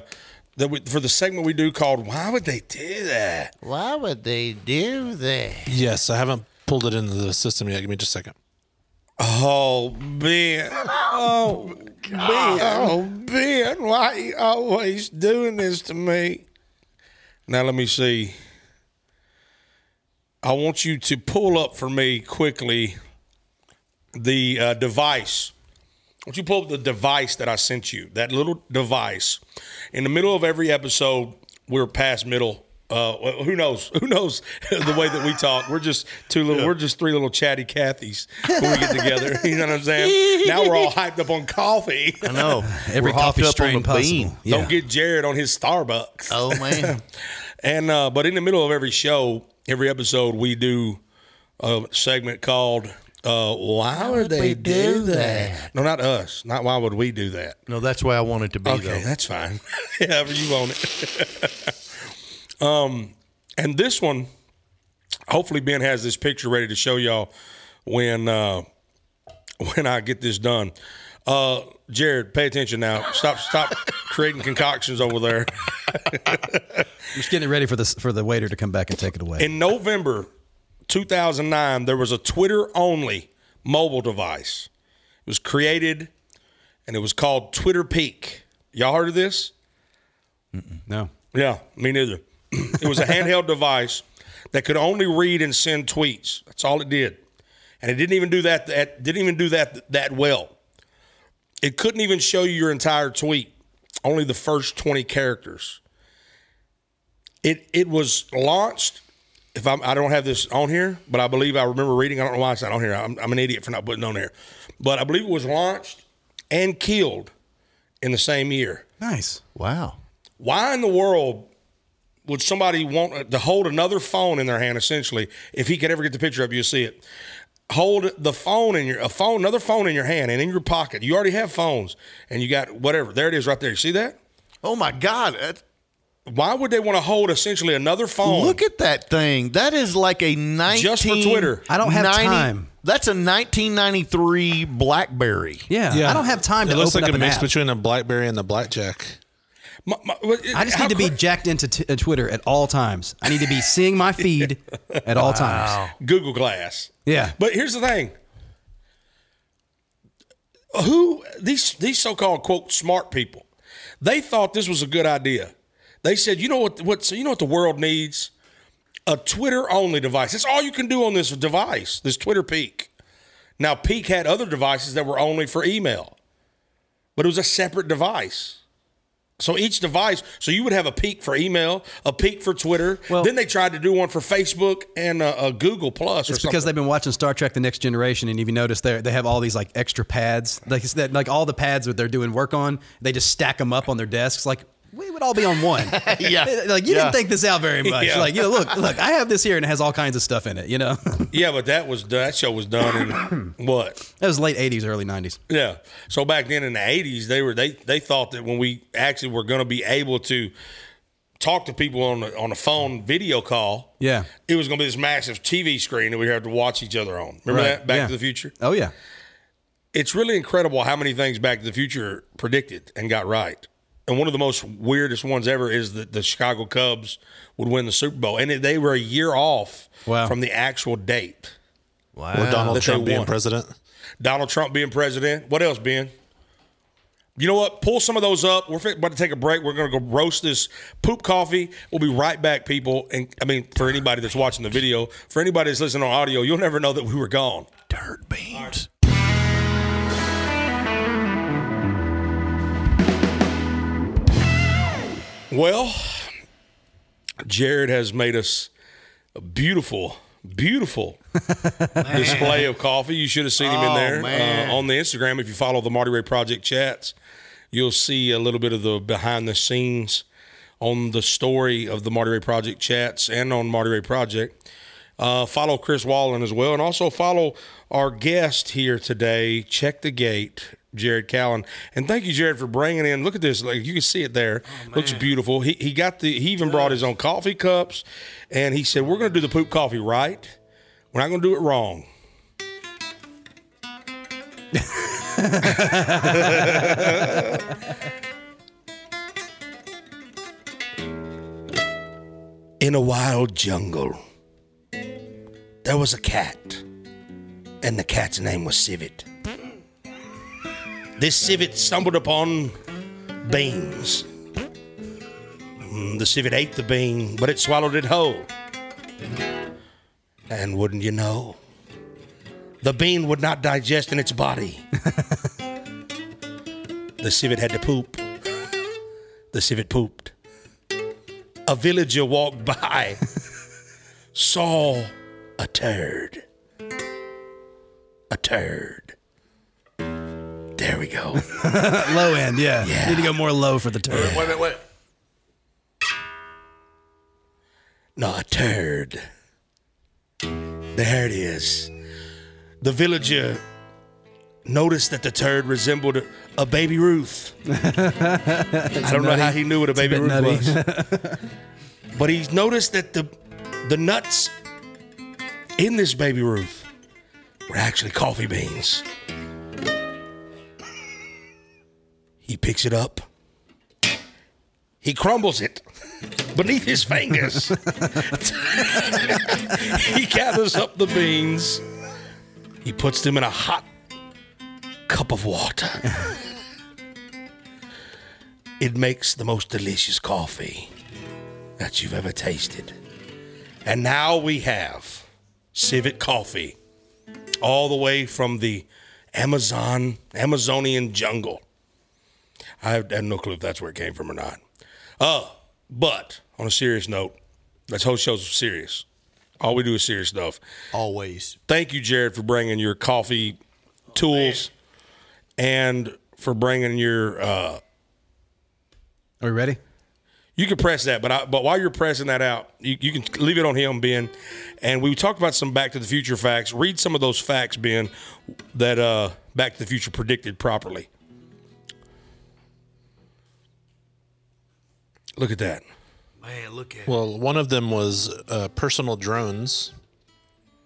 [SPEAKER 1] that we, for the segment we do called "Why Would They Do That?"
[SPEAKER 4] Why would they do that?
[SPEAKER 8] yes, I haven't pulled it into the system yet. Give me just a second.
[SPEAKER 1] Oh Ben, Oh, Ben. Oh, Ben, why you always doing this to me? Now, let me see. I want you to pull up for me quickly the uh, device. I want you to pull up the device that I sent you, that little device. In the middle of every episode, we're past middle. Uh, well, who knows? (laughs) Who knows the way that we talk? We're just two little. We're just three little chatty Cathys when we get together. (laughs) You know what I'm saying? Now we're all hyped up on (laughs) coffee.
[SPEAKER 6] I know.
[SPEAKER 3] Every
[SPEAKER 6] Oh, We're hopped
[SPEAKER 3] coffee
[SPEAKER 6] up on
[SPEAKER 3] strain
[SPEAKER 6] the
[SPEAKER 3] possible. Yeah.
[SPEAKER 1] Don't get Jared on his Starbucks.
[SPEAKER 6] Oh man.
[SPEAKER 1] And uh, but in the middle of every show, every episode, we do a segment called uh, "Why Would They Do That?" No, not us. Not why would we do that?
[SPEAKER 6] (laughs) no, that's why I want it to be
[SPEAKER 1] Okay,
[SPEAKER 6] though.
[SPEAKER 1] that's fine. (laughs) However you want it. (laughs) um, and this one, hopefully Ben has this picture ready to show y'all when uh, (laughs) when I get this done. Uh, Jared, pay attention now. Stop, (laughs) stop creating concoctions over there.
[SPEAKER 3] I'm just getting it ready for this for the waiter to come back and take it away.
[SPEAKER 1] In November 2009, there was a Twitter only mobile device. It was created and it was called Twitter Peak. Y'all heard of this?
[SPEAKER 3] no.
[SPEAKER 1] Yeah, me neither. it was a handheld device that could only read and send tweets. That's all it did. And it didn't even do that, that didn't even do that that well. It couldn't even show you your entire tweet, only the first 20 characters. It it was launched. If I'm, I don't have this on here, but I believe I remember reading. I don't know why it's not on here. I'm, I'm an idiot for not putting it on there, but I believe it was launched and killed in the same year.
[SPEAKER 3] Nice.
[SPEAKER 6] Wow.
[SPEAKER 1] Why in the world would somebody want to hold another phone in their hand? Essentially, if he could ever get the picture up, you'll see it. Hold the phone in your a phone, another phone in your hand and in your pocket. You already have phones, and you got whatever. There it is, right there. You see that?
[SPEAKER 6] Oh my God. That-
[SPEAKER 1] Why would they want to hold essentially another phone?
[SPEAKER 6] Look at that thing. That is like a 19
[SPEAKER 1] Just for Twitter.
[SPEAKER 3] I don't have time.
[SPEAKER 6] That's a 1993 BlackBerry.
[SPEAKER 3] Yeah. I don't have time
[SPEAKER 8] It
[SPEAKER 3] to
[SPEAKER 8] looks
[SPEAKER 3] open
[SPEAKER 8] like
[SPEAKER 3] up
[SPEAKER 8] a
[SPEAKER 3] an
[SPEAKER 8] mix
[SPEAKER 3] app.
[SPEAKER 8] between a blackberry and a blackjack.
[SPEAKER 1] My- my- what-
[SPEAKER 3] I just
[SPEAKER 1] how
[SPEAKER 3] need to be
[SPEAKER 1] cra-
[SPEAKER 3] jacked into t- uh, Twitter at all times. I need to be seeing
[SPEAKER 1] (laughs)
[SPEAKER 3] my feed at all times.
[SPEAKER 1] Google Glass.
[SPEAKER 3] Yeah.
[SPEAKER 1] But here's the thing. Who these these so-called quote smart people, they thought this was a good idea. They said, you know what what so you know what the world needs? A Twitter only device. That's all you can do on this device, this Twitter peak. Now Peak had other devices that were only for email. But it was a separate device. So each device, so you would have a peak for email, a peak for Twitter.
[SPEAKER 3] Well-
[SPEAKER 1] then they tried to do one for Facebook and uh, a Google Plus. or
[SPEAKER 3] It's because
[SPEAKER 1] something.
[SPEAKER 3] they've been watching Star Trek: The Next Generation, and if you notice, they they have all these like extra pads, like it's that, like all the pads that they're doing work on, they just stack them up on their desks. Like we would all be on one.
[SPEAKER 6] Yeah.
[SPEAKER 3] like you
[SPEAKER 6] Yeah.
[SPEAKER 3] didn't think this out very much.
[SPEAKER 1] Yeah.
[SPEAKER 3] Like you know, look, look, I have this here, and it has all kinds of stuff in it. You know, (laughs)
[SPEAKER 1] Yeah, but that was that show was done
[SPEAKER 3] (coughs)
[SPEAKER 1] in what?
[SPEAKER 3] that was late '80s, early '90s.
[SPEAKER 1] Yeah. So back then in the eighties, they were they they thought that when we actually were going to be able to talk to people on the, on a phone video call,
[SPEAKER 3] Yeah.
[SPEAKER 1] it was going to be this massive TV screen that we had to watch each other on. Remember
[SPEAKER 3] Right.
[SPEAKER 1] that Back
[SPEAKER 3] Yeah.
[SPEAKER 1] to the Future?
[SPEAKER 3] Oh yeah.
[SPEAKER 1] It's really incredible how many things Back to the Future predicted and got right. And one of the most weirdest ones ever is that the Chicago Cubs would win the Super Bowl, and they were a year off
[SPEAKER 3] Wow.
[SPEAKER 1] from the actual date.
[SPEAKER 6] Wow.
[SPEAKER 8] Or Donald
[SPEAKER 1] That they
[SPEAKER 8] Trump being
[SPEAKER 1] won.
[SPEAKER 8] president.
[SPEAKER 1] Donald Trump being president. What else, Ben? You know what? Pull some of those up. We're fi- about to take a break. We're going to go roast this poop coffee. We'll be right back, people. And I mean, for anybody that's watching the video, for anybody that's listening on audio, you'll never know that we were gone.
[SPEAKER 6] Dirt beams.
[SPEAKER 1] Well, Jared has made us a beautiful, beautiful display of coffee. You should have seen him in there uh, on the Instagram. If you follow the Marty Ray Project chats, you'll see a little bit of the behind the scenes on the story of the Marty Ray Project chats and on Marty Ray Project. Uh, follow Chris Wallen as well, and also follow our guest here today. Check the gate, Jared Callen, and thank you, Jared, for bringing in. Look at this; like you can see it there, looks beautiful. He he got the he even brought his own coffee cups, and he said we're going to do the poop coffee right. We're not going to do it wrong. In a wild jungle, there was a cat, and the cat's name was Civet. This civet stumbled upon beans. Mm, The civet ate the bean, but it swallowed it whole. And wouldn't you know, the bean would not digest in its body. the civet had to poop. The civet pooped. A villager walked (laughs) by, saw a turd. A turd. There we go.
[SPEAKER 3] Low end, yeah.
[SPEAKER 1] Yeah.
[SPEAKER 3] Need to go more low for the turd.
[SPEAKER 5] Wait a minute, wait.
[SPEAKER 1] No, a turd. There it is. The villager noticed that the turd resembled a baby Ruth. I don't know how he knew what a baby
[SPEAKER 3] bit
[SPEAKER 1] Ruth
[SPEAKER 3] nutty.
[SPEAKER 1] was.
[SPEAKER 3] (laughs)
[SPEAKER 1] but he noticed that the the nuts in this baby Ruth were actually coffee beans. He picks it up. He crumbles it beneath his fingers. (laughs) he gathers up the beans. He puts them in a hot cup of water. (laughs) it makes the most delicious coffee that you've ever tasted. And now we have civet coffee all the way from the Amazon, Amazonian jungle. I have, I have no clue if that's where it came from or not. Uh, but on a serious note, this whole show's serious. All we do is serious stuff.
[SPEAKER 5] Always.
[SPEAKER 1] Thank you, Jared, for bringing your coffee tools and for bringing your. Uh,
[SPEAKER 3] Are we ready?
[SPEAKER 1] you can press that, but I, but while you're pressing that out, you, you can leave it on him, Ben. And we talked about some Back to the Future facts. Read some of those facts, Ben, that uh, Back to the Future predicted properly. Look at that.
[SPEAKER 5] Man, look at
[SPEAKER 8] Well, one of them was uh, personal drones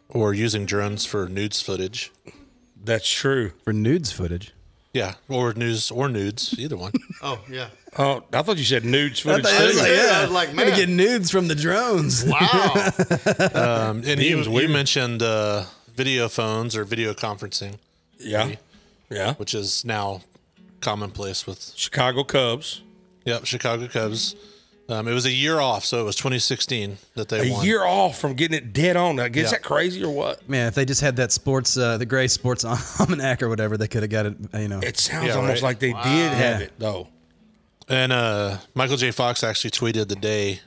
[SPEAKER 8] or using drones for nudes footage.
[SPEAKER 1] That's true.
[SPEAKER 3] For nudes footage.
[SPEAKER 8] Yeah, or news or nudes, either one.
[SPEAKER 5] Oh, yeah.
[SPEAKER 1] Oh, I thought you said nudes footage.
[SPEAKER 3] I was
[SPEAKER 1] too.
[SPEAKER 3] like, yeah.
[SPEAKER 5] I was like,
[SPEAKER 3] Gotta
[SPEAKER 5] man.
[SPEAKER 3] get nudes from the drones.
[SPEAKER 5] Wow.
[SPEAKER 8] Um, and you, you mentioned uh, video phones or video conferencing,
[SPEAKER 1] yeah, yeah.
[SPEAKER 8] which is now commonplace with
[SPEAKER 1] Chicago Cubs.
[SPEAKER 8] Yep, Chicago Cubs. Um, it was a year off, so it was 2016 that they
[SPEAKER 1] A
[SPEAKER 8] won.
[SPEAKER 1] year off from getting it dead on. Now, is that crazy or what?
[SPEAKER 3] Man, if they just had that sports, uh, the gray sports (laughs) almanac or whatever, they could have got it. uh, You know,
[SPEAKER 1] It sounds
[SPEAKER 8] Yeah,
[SPEAKER 1] almost
[SPEAKER 8] right.
[SPEAKER 1] like they did have
[SPEAKER 3] Yeah.
[SPEAKER 1] it though.
[SPEAKER 8] And uh, Michael J. Fox actually tweeted the day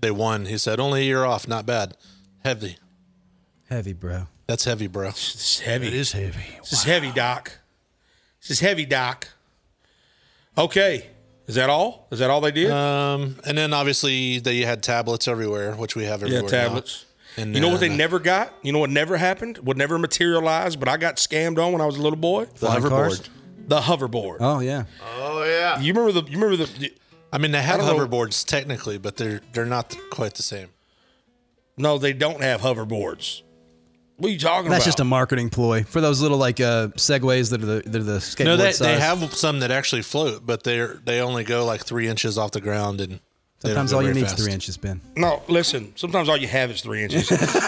[SPEAKER 8] they won. He said, "Only a year off, not bad. Heavy.
[SPEAKER 3] heavy, bro.
[SPEAKER 8] That's heavy, bro."
[SPEAKER 1] This is heavy.
[SPEAKER 5] It is heavy.
[SPEAKER 1] This is heavy, Doc. This is heavy, Doc. Okay, is that all? Is that all they did?
[SPEAKER 5] Uh,
[SPEAKER 8] Um, and then obviously they had tablets everywhere, which we have
[SPEAKER 1] yeah,
[SPEAKER 8] everywhere. now.
[SPEAKER 1] tablets.
[SPEAKER 8] And
[SPEAKER 1] you know what they
[SPEAKER 8] then uh,
[SPEAKER 1] never got? You know what never happened? What never materialized? But I got scammed on when I was a little boy.
[SPEAKER 8] The
[SPEAKER 3] Flying
[SPEAKER 8] hoverboard.
[SPEAKER 3] cars?
[SPEAKER 1] The hoverboard.
[SPEAKER 3] Oh yeah,
[SPEAKER 5] Oh, yeah.
[SPEAKER 1] You remember the? You remember the?
[SPEAKER 8] I mean, they have
[SPEAKER 1] don't know.
[SPEAKER 8] hoverboards technically, but they're they're not quite the same.
[SPEAKER 1] No, they don't have hoverboards. What are you talking
[SPEAKER 3] that's
[SPEAKER 1] about?
[SPEAKER 3] just a marketing ploy for those little like uh, segways that are the that are the skateboard
[SPEAKER 8] No, they,
[SPEAKER 3] size.
[SPEAKER 8] they have some that actually float, but they're they only go like three inches off the ground, and they don't
[SPEAKER 3] Sometimes
[SPEAKER 8] go
[SPEAKER 3] all you
[SPEAKER 8] very
[SPEAKER 3] need is
[SPEAKER 8] fast.
[SPEAKER 3] three inches, Ben.
[SPEAKER 1] No, listen. Sometimes all you have is three inches. um, (laughs)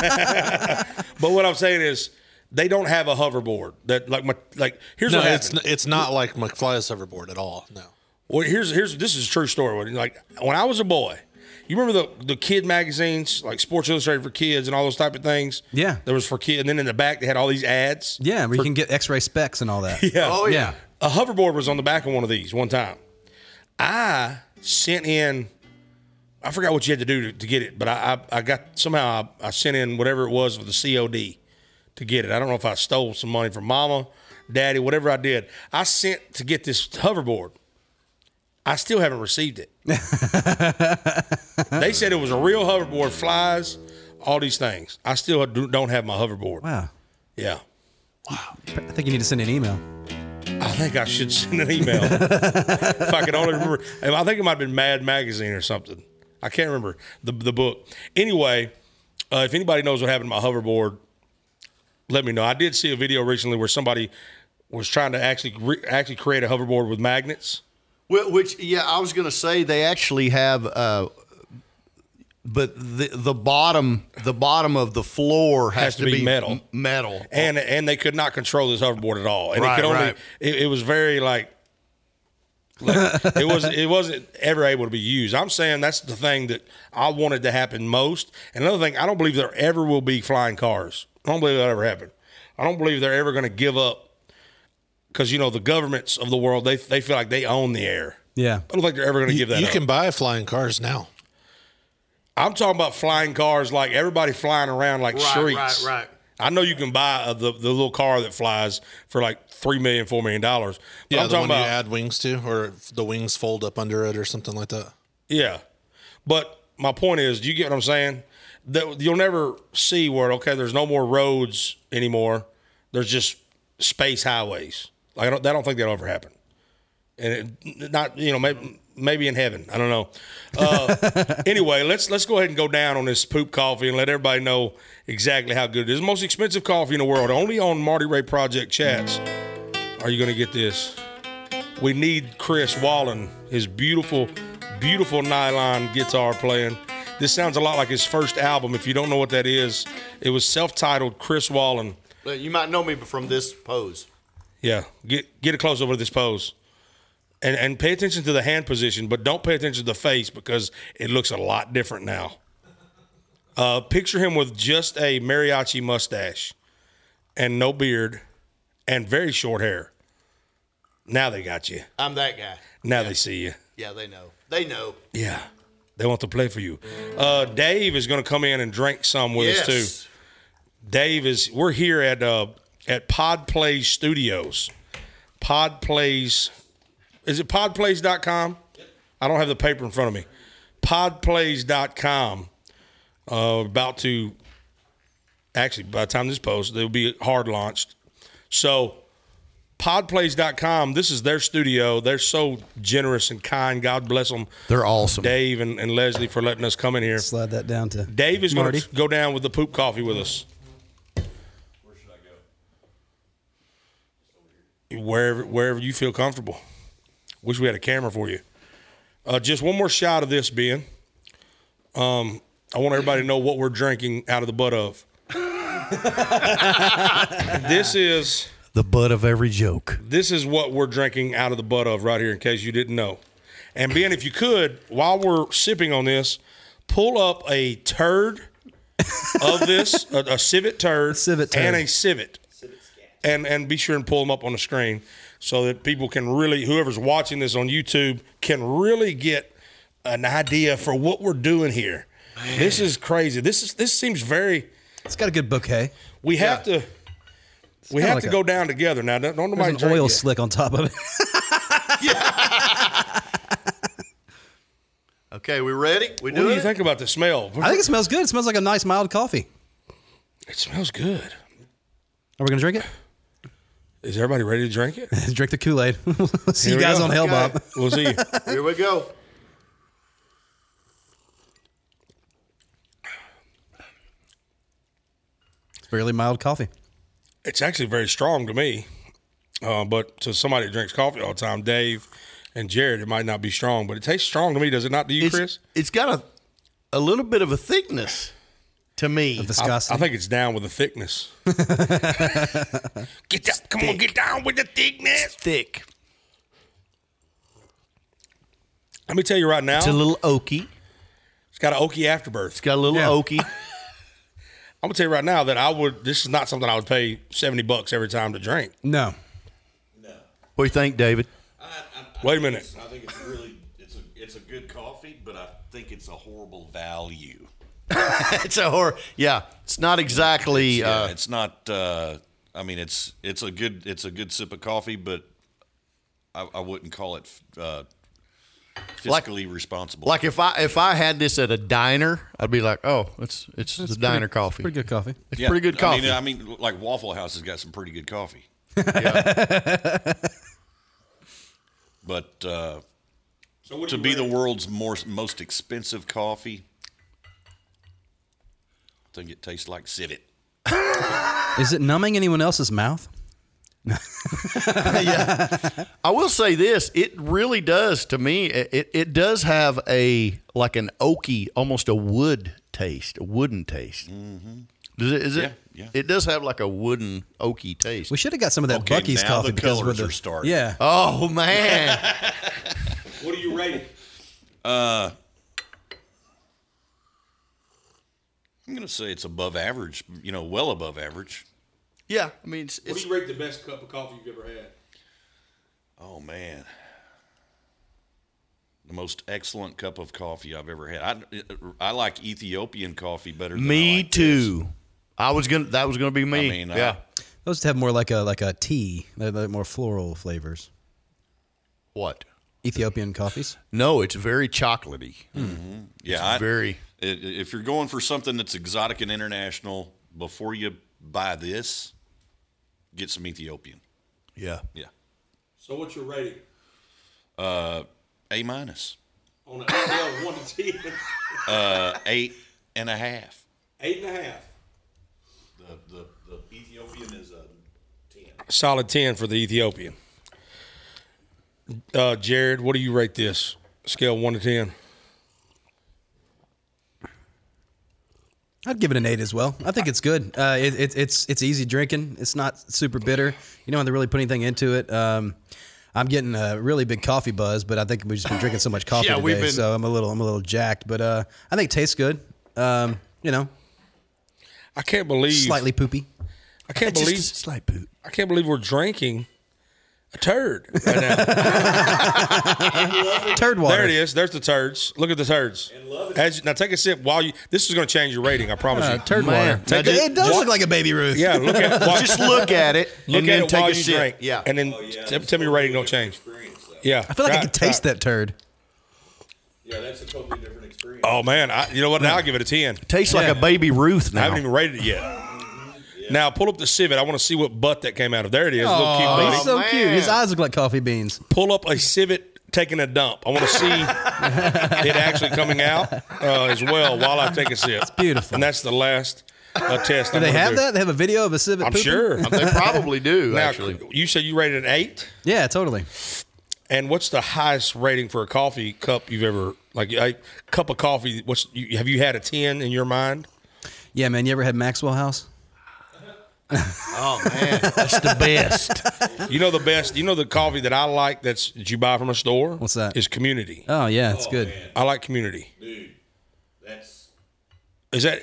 [SPEAKER 1] but what I'm saying is, they don't have a hoverboard. That like my like here's
[SPEAKER 8] No,
[SPEAKER 1] what
[SPEAKER 8] it's
[SPEAKER 1] happened.
[SPEAKER 8] n- it's not like McFly's hoverboard at all. No.
[SPEAKER 1] well, here's here's this is a true story. Like when I was a boy, you remember the the kid magazines like Sports Illustrated for kids and all those type of things.
[SPEAKER 3] Yeah.
[SPEAKER 1] there was for kid, and then in the back they had all these ads.
[SPEAKER 3] Yeah, where you can get X-ray specs and all that.
[SPEAKER 1] Yeah.
[SPEAKER 5] Oh, yeah.
[SPEAKER 3] yeah.
[SPEAKER 1] a hoverboard was on the back of one of these one time. I sent in, I forgot what you had to do to, to get it, but I, I, I got somehow I, I sent in whatever it was with the COD to get it. I don't know if I stole some money from mama, daddy, whatever I did. I sent to get this hoverboard. I still haven't received it. they said it was a real hoverboard, flies, all these things. I still do- don't have my hoverboard.
[SPEAKER 3] Wow.
[SPEAKER 1] Yeah.
[SPEAKER 3] I think you need to send an email.
[SPEAKER 1] I think I should send an email. if I could only remember, I think it might have been Mad Magazine or something. I can't remember the, the book. Anyway, uh, if anybody knows what happened to my hoverboard, let me know. I did see a video recently where somebody was trying to actually re- actually create a hoverboard with magnets.
[SPEAKER 4] Which, yeah, I was going to say they actually have uh,
[SPEAKER 6] but the the bottom the bottom of the floor has,
[SPEAKER 1] Has to be metal.
[SPEAKER 6] m- metal.
[SPEAKER 1] and and they could not control this hoverboard at all. And
[SPEAKER 6] Right,
[SPEAKER 1] it could only
[SPEAKER 6] right.
[SPEAKER 1] it, it was very like, like, it was it wasn't ever able to be used. I'm saying that's the thing that I wanted to happen most. And another thing, I don't believe there ever will be flying cars. I don't believe that ever happened. I don't believe they're ever going to give up because you know the governments of the world they they feel like they own the air.
[SPEAKER 3] Yeah.
[SPEAKER 1] I don't think they're ever going to
[SPEAKER 8] You,
[SPEAKER 1] give that.
[SPEAKER 8] you
[SPEAKER 1] up.
[SPEAKER 8] can buy flying cars now.
[SPEAKER 1] I'm talking about flying cars, like everybody flying around like
[SPEAKER 5] Right, right,
[SPEAKER 1] streets.
[SPEAKER 5] right.
[SPEAKER 1] I know you can buy uh, the the little car that flies for like three million, four million dollars. But
[SPEAKER 8] Yeah,
[SPEAKER 1] I'm
[SPEAKER 8] the
[SPEAKER 1] talking
[SPEAKER 8] one
[SPEAKER 1] about
[SPEAKER 8] you add wings to, or if the wings fold up under it, or something like that.
[SPEAKER 1] yeah. But my point is, do you get what I'm saying? That you'll never see where okay, there's no more roads anymore. There's just space highways. Like I don't, I don't think that'll ever happen. And it, not you know maybe maybe in heaven. I don't know. Uh, (laughs) anyway, let's let's go ahead and go down on this poop coffee and let everybody know exactly how good it is. The most expensive coffee in the world. Only on Marty Ray Project chats are you going to get this. We need Chris Wallen, his beautiful, beautiful nylon guitar playing. This sounds a lot like his first album. If you don't know what that is, it was self-titled Chris Wallen.
[SPEAKER 4] Well, You might know me from this pose.
[SPEAKER 1] Yeah, get get a close up of this pose, and and pay attention to the hand position, but don't pay attention to the face because it looks a lot different now. Uh, picture him with just a mariachi mustache, and no beard, and very short hair. Now they got you.
[SPEAKER 4] I'm that guy.
[SPEAKER 1] Now they see you.
[SPEAKER 4] Yeah, they know. They know.
[SPEAKER 1] Yeah. They want to play for you. Uh, Dave is going to come in and drink some with us
[SPEAKER 4] Yes.
[SPEAKER 1] too. Dave is. We're here at uh, at Pod Plays Studios. Pod Plays. Is it podplays.com? I don't have the paper in front of me. Podplays.com. Uh, about to. Actually, by the time this post, they'll be hard launched. So podplays.com this is their studio they're so generous and kind god bless them
[SPEAKER 6] They're awesome.
[SPEAKER 1] Dave and, and Leslie for letting us come in here.
[SPEAKER 3] Slide that down to
[SPEAKER 1] Dave is going
[SPEAKER 3] Marty.
[SPEAKER 1] to go down with the poop coffee with us. Wherever, wherever you feel comfortable. Wish we had a camera for you. Uh, just one more shot of this, Ben. Um, I want everybody to know what we're drinking out of the butt of. this is
[SPEAKER 6] The butt of every joke.
[SPEAKER 1] this is what we're drinking out of the butt of right here, in case you didn't know. And Ben, if you could, while we're sipping on this, pull up a turd of this, (laughs) a, a civet turd,
[SPEAKER 3] civet turd.
[SPEAKER 1] and a civet, and and be sure and pull them up on the screen so that people can really, whoever's watching this on YouTube, can really get an idea for what we're doing here. This is crazy. This is this seems very.
[SPEAKER 3] It's got a good bouquet.
[SPEAKER 1] We have to. We
[SPEAKER 3] kinda
[SPEAKER 1] have
[SPEAKER 3] like
[SPEAKER 1] to
[SPEAKER 3] a-
[SPEAKER 1] go down together now. Don't, don't
[SPEAKER 3] There's
[SPEAKER 1] nobody
[SPEAKER 3] an
[SPEAKER 1] drink
[SPEAKER 3] oil
[SPEAKER 1] yet.
[SPEAKER 3] slick on top of it. (laughs)
[SPEAKER 4] Okay, we ready? We
[SPEAKER 1] What do
[SPEAKER 4] doing
[SPEAKER 1] you
[SPEAKER 4] it?
[SPEAKER 1] think about the smell?
[SPEAKER 3] I think it smells good. It smells like a nice mild coffee.
[SPEAKER 1] It smells good.
[SPEAKER 3] Are we gonna drink
[SPEAKER 1] Is everybody ready to drink it?
[SPEAKER 3] it? (laughs) drink the Kool Aid. (laughs) See
[SPEAKER 1] Here
[SPEAKER 3] you
[SPEAKER 1] we
[SPEAKER 3] guys
[SPEAKER 1] go.
[SPEAKER 3] on Hell
[SPEAKER 1] Okay.
[SPEAKER 3] Bob.
[SPEAKER 1] (laughs) We'll see you.
[SPEAKER 4] Here we go.
[SPEAKER 3] It's fairly mild coffee.
[SPEAKER 1] It's actually very strong to me, uh, but to somebody that drinks coffee all the time, Dave and Jared, it might not be strong, but it tastes strong to me. Does it not to you,
[SPEAKER 6] It's,
[SPEAKER 1] Chris?
[SPEAKER 6] it's got a a little bit of a thickness to me.
[SPEAKER 3] Viscosity.
[SPEAKER 1] I think it's down with the
[SPEAKER 3] (laughs)
[SPEAKER 1] thickness. get that, come on, get down with the thickness.
[SPEAKER 6] Thick.
[SPEAKER 1] Let me tell you right now,
[SPEAKER 6] It's a little oaky.
[SPEAKER 1] it's got an oaky afterbirth.
[SPEAKER 6] It's got a little
[SPEAKER 3] Yeah.
[SPEAKER 6] oaky.
[SPEAKER 1] I'm gonna tell you right now that I would. This is not something I would pay seventy bucks every time to drink.
[SPEAKER 3] no.
[SPEAKER 6] What do you think, David?
[SPEAKER 1] Wait a minute.
[SPEAKER 2] I think it's really it's a it's a good coffee, but I think it's a horrible value.
[SPEAKER 6] (laughs) It's a horror. Yeah, it's not exactly.
[SPEAKER 2] Yeah,
[SPEAKER 6] uh,
[SPEAKER 2] it's not. Uh, I mean, it's it's a good it's a good sip of coffee, but I, I wouldn't call it uh,
[SPEAKER 6] Like-
[SPEAKER 2] fiscally responsible.
[SPEAKER 6] like if I if I had this at a diner, I'd be like, oh, it's it's the diner coffee.
[SPEAKER 3] Pretty good coffee.
[SPEAKER 6] It's
[SPEAKER 2] Yeah,
[SPEAKER 6] pretty good coffee.
[SPEAKER 2] I mean, I mean, like Waffle House has got some pretty good coffee. (laughs) but uh, to be the world's more, most expensive coffee, I think it tastes like civet.
[SPEAKER 3] Is it numbing anyone else's mouth?
[SPEAKER 6] I will say this: it really does to me. It it does have a like an oaky, almost a wood taste, a wooden taste. Does it? Is it?
[SPEAKER 2] Mm-hmm. Yeah, yeah.
[SPEAKER 6] It does have like a wooden, oaky taste.
[SPEAKER 3] We should have got some of that
[SPEAKER 2] Okay,
[SPEAKER 3] Bucky's
[SPEAKER 2] now
[SPEAKER 3] coffee
[SPEAKER 2] the
[SPEAKER 3] because
[SPEAKER 2] colors
[SPEAKER 3] with the,
[SPEAKER 2] are starting.
[SPEAKER 3] Yeah,
[SPEAKER 6] oh
[SPEAKER 2] (laughs)
[SPEAKER 6] man,
[SPEAKER 1] What do you rate it?
[SPEAKER 2] I'm going to say it's above average, you know, well above average.
[SPEAKER 6] yeah. I mean, it's,
[SPEAKER 1] What do
[SPEAKER 6] it's
[SPEAKER 1] you rate the best cup of coffee you've ever had?
[SPEAKER 2] Oh, man. The most excellent cup of coffee I've ever had. I, I like Ethiopian coffee better than I
[SPEAKER 6] me
[SPEAKER 2] like
[SPEAKER 6] too. I was gonna. That was gonna be me.
[SPEAKER 2] I mean,
[SPEAKER 6] yeah.
[SPEAKER 2] I,
[SPEAKER 3] those have more like a like a tea, They're- they're more floral flavors.
[SPEAKER 6] what?
[SPEAKER 3] Ethiopian coffees.
[SPEAKER 6] No, it's very chocolatey.
[SPEAKER 2] yeah, I,
[SPEAKER 6] very.
[SPEAKER 2] i- if you're going for something that's exotic and international, before you buy this, get some Ethiopian.
[SPEAKER 6] Yeah.
[SPEAKER 2] Yeah. Uh,
[SPEAKER 1] So what's your rating
[SPEAKER 2] A minus. Uh,
[SPEAKER 1] on a scale of one to ten?
[SPEAKER 2] Eight and a half.
[SPEAKER 1] Eight and a half.
[SPEAKER 2] The, the, the Ethiopian is a
[SPEAKER 1] Solid ten for the Ethiopian. Uh, Jared, what do you rate this? Scale one to ten.
[SPEAKER 3] I'd give it an eight as well. I think it's good. Uh, it, it, it's it's easy drinking. It's not super bitter. You don't have to really put anything into it. Um, I'm getting a really big coffee buzz, but I think we've just been drinking so much coffee
[SPEAKER 6] Yeah,
[SPEAKER 3] today,
[SPEAKER 6] we've been-
[SPEAKER 3] so I'm a little I'm a little jacked. But uh, I think it tastes good. Um, you know,
[SPEAKER 1] I can't believe
[SPEAKER 3] slightly poopy.
[SPEAKER 1] I can't
[SPEAKER 6] Just a
[SPEAKER 1] believe
[SPEAKER 6] slight boot.
[SPEAKER 1] I can't believe we're drinking a turd right now.
[SPEAKER 3] Turd water.
[SPEAKER 1] there it is. There's the turds. Look at the turds. As you- now take a sip while you. This is going to change your rating. I promise
[SPEAKER 3] Uh,
[SPEAKER 1] you.
[SPEAKER 3] turd
[SPEAKER 6] Man.
[SPEAKER 3] water.
[SPEAKER 6] Now
[SPEAKER 3] It,
[SPEAKER 6] just-
[SPEAKER 3] it does
[SPEAKER 1] what-
[SPEAKER 3] look like a baby Ruth.
[SPEAKER 1] Yeah. Look at watch,
[SPEAKER 6] Just (laughs) look at it
[SPEAKER 1] look
[SPEAKER 6] and
[SPEAKER 1] at
[SPEAKER 6] then
[SPEAKER 1] it
[SPEAKER 6] take
[SPEAKER 1] while
[SPEAKER 6] a
[SPEAKER 1] you
[SPEAKER 6] sip.
[SPEAKER 1] drink.
[SPEAKER 6] Oh, Yeah.
[SPEAKER 1] And then t- tell me your rating don't change. Yeah.
[SPEAKER 3] I feel like I could taste that turd.
[SPEAKER 5] Yeah, that's a totally different experience.
[SPEAKER 1] Oh man. I, you know what? Now I'll give it a ten.
[SPEAKER 6] Tastes like a baby Ruth
[SPEAKER 1] I
[SPEAKER 6] now.
[SPEAKER 1] haven't even rated it yet. Now pull up the civet. I want to see what butt that came out of. There it is. Little cute
[SPEAKER 3] Oh,
[SPEAKER 1] buddy.
[SPEAKER 3] he's so
[SPEAKER 6] man.
[SPEAKER 3] cute. His eyes look like coffee beans.
[SPEAKER 1] pull up a civet taking a dump. I want to see
[SPEAKER 3] (laughs)
[SPEAKER 1] it actually coming out uh, as well while I take a sip. It's (laughs)
[SPEAKER 3] beautiful.
[SPEAKER 1] and that's the last uh, test.
[SPEAKER 3] Do they have that? They have a video of a civet.
[SPEAKER 1] I'm
[SPEAKER 3] pooping?
[SPEAKER 1] sure.
[SPEAKER 6] they probably (laughs) do
[SPEAKER 1] Now,
[SPEAKER 6] actually.
[SPEAKER 1] you said you rated an eight,
[SPEAKER 3] Yeah, totally.
[SPEAKER 1] and what's the highest rating for a coffee cup you've ever like a cup of coffee? What's you, have you had a ten in your mind?
[SPEAKER 3] Yeah, man. You ever had Maxwell House?
[SPEAKER 6] Oh man, that's the best.
[SPEAKER 1] You know the best. You know the coffee that I like that's that you buy from a store.
[SPEAKER 3] What's that?
[SPEAKER 1] Is community.
[SPEAKER 3] Oh yeah, it's good.
[SPEAKER 1] I like community.
[SPEAKER 2] That's
[SPEAKER 1] Is that?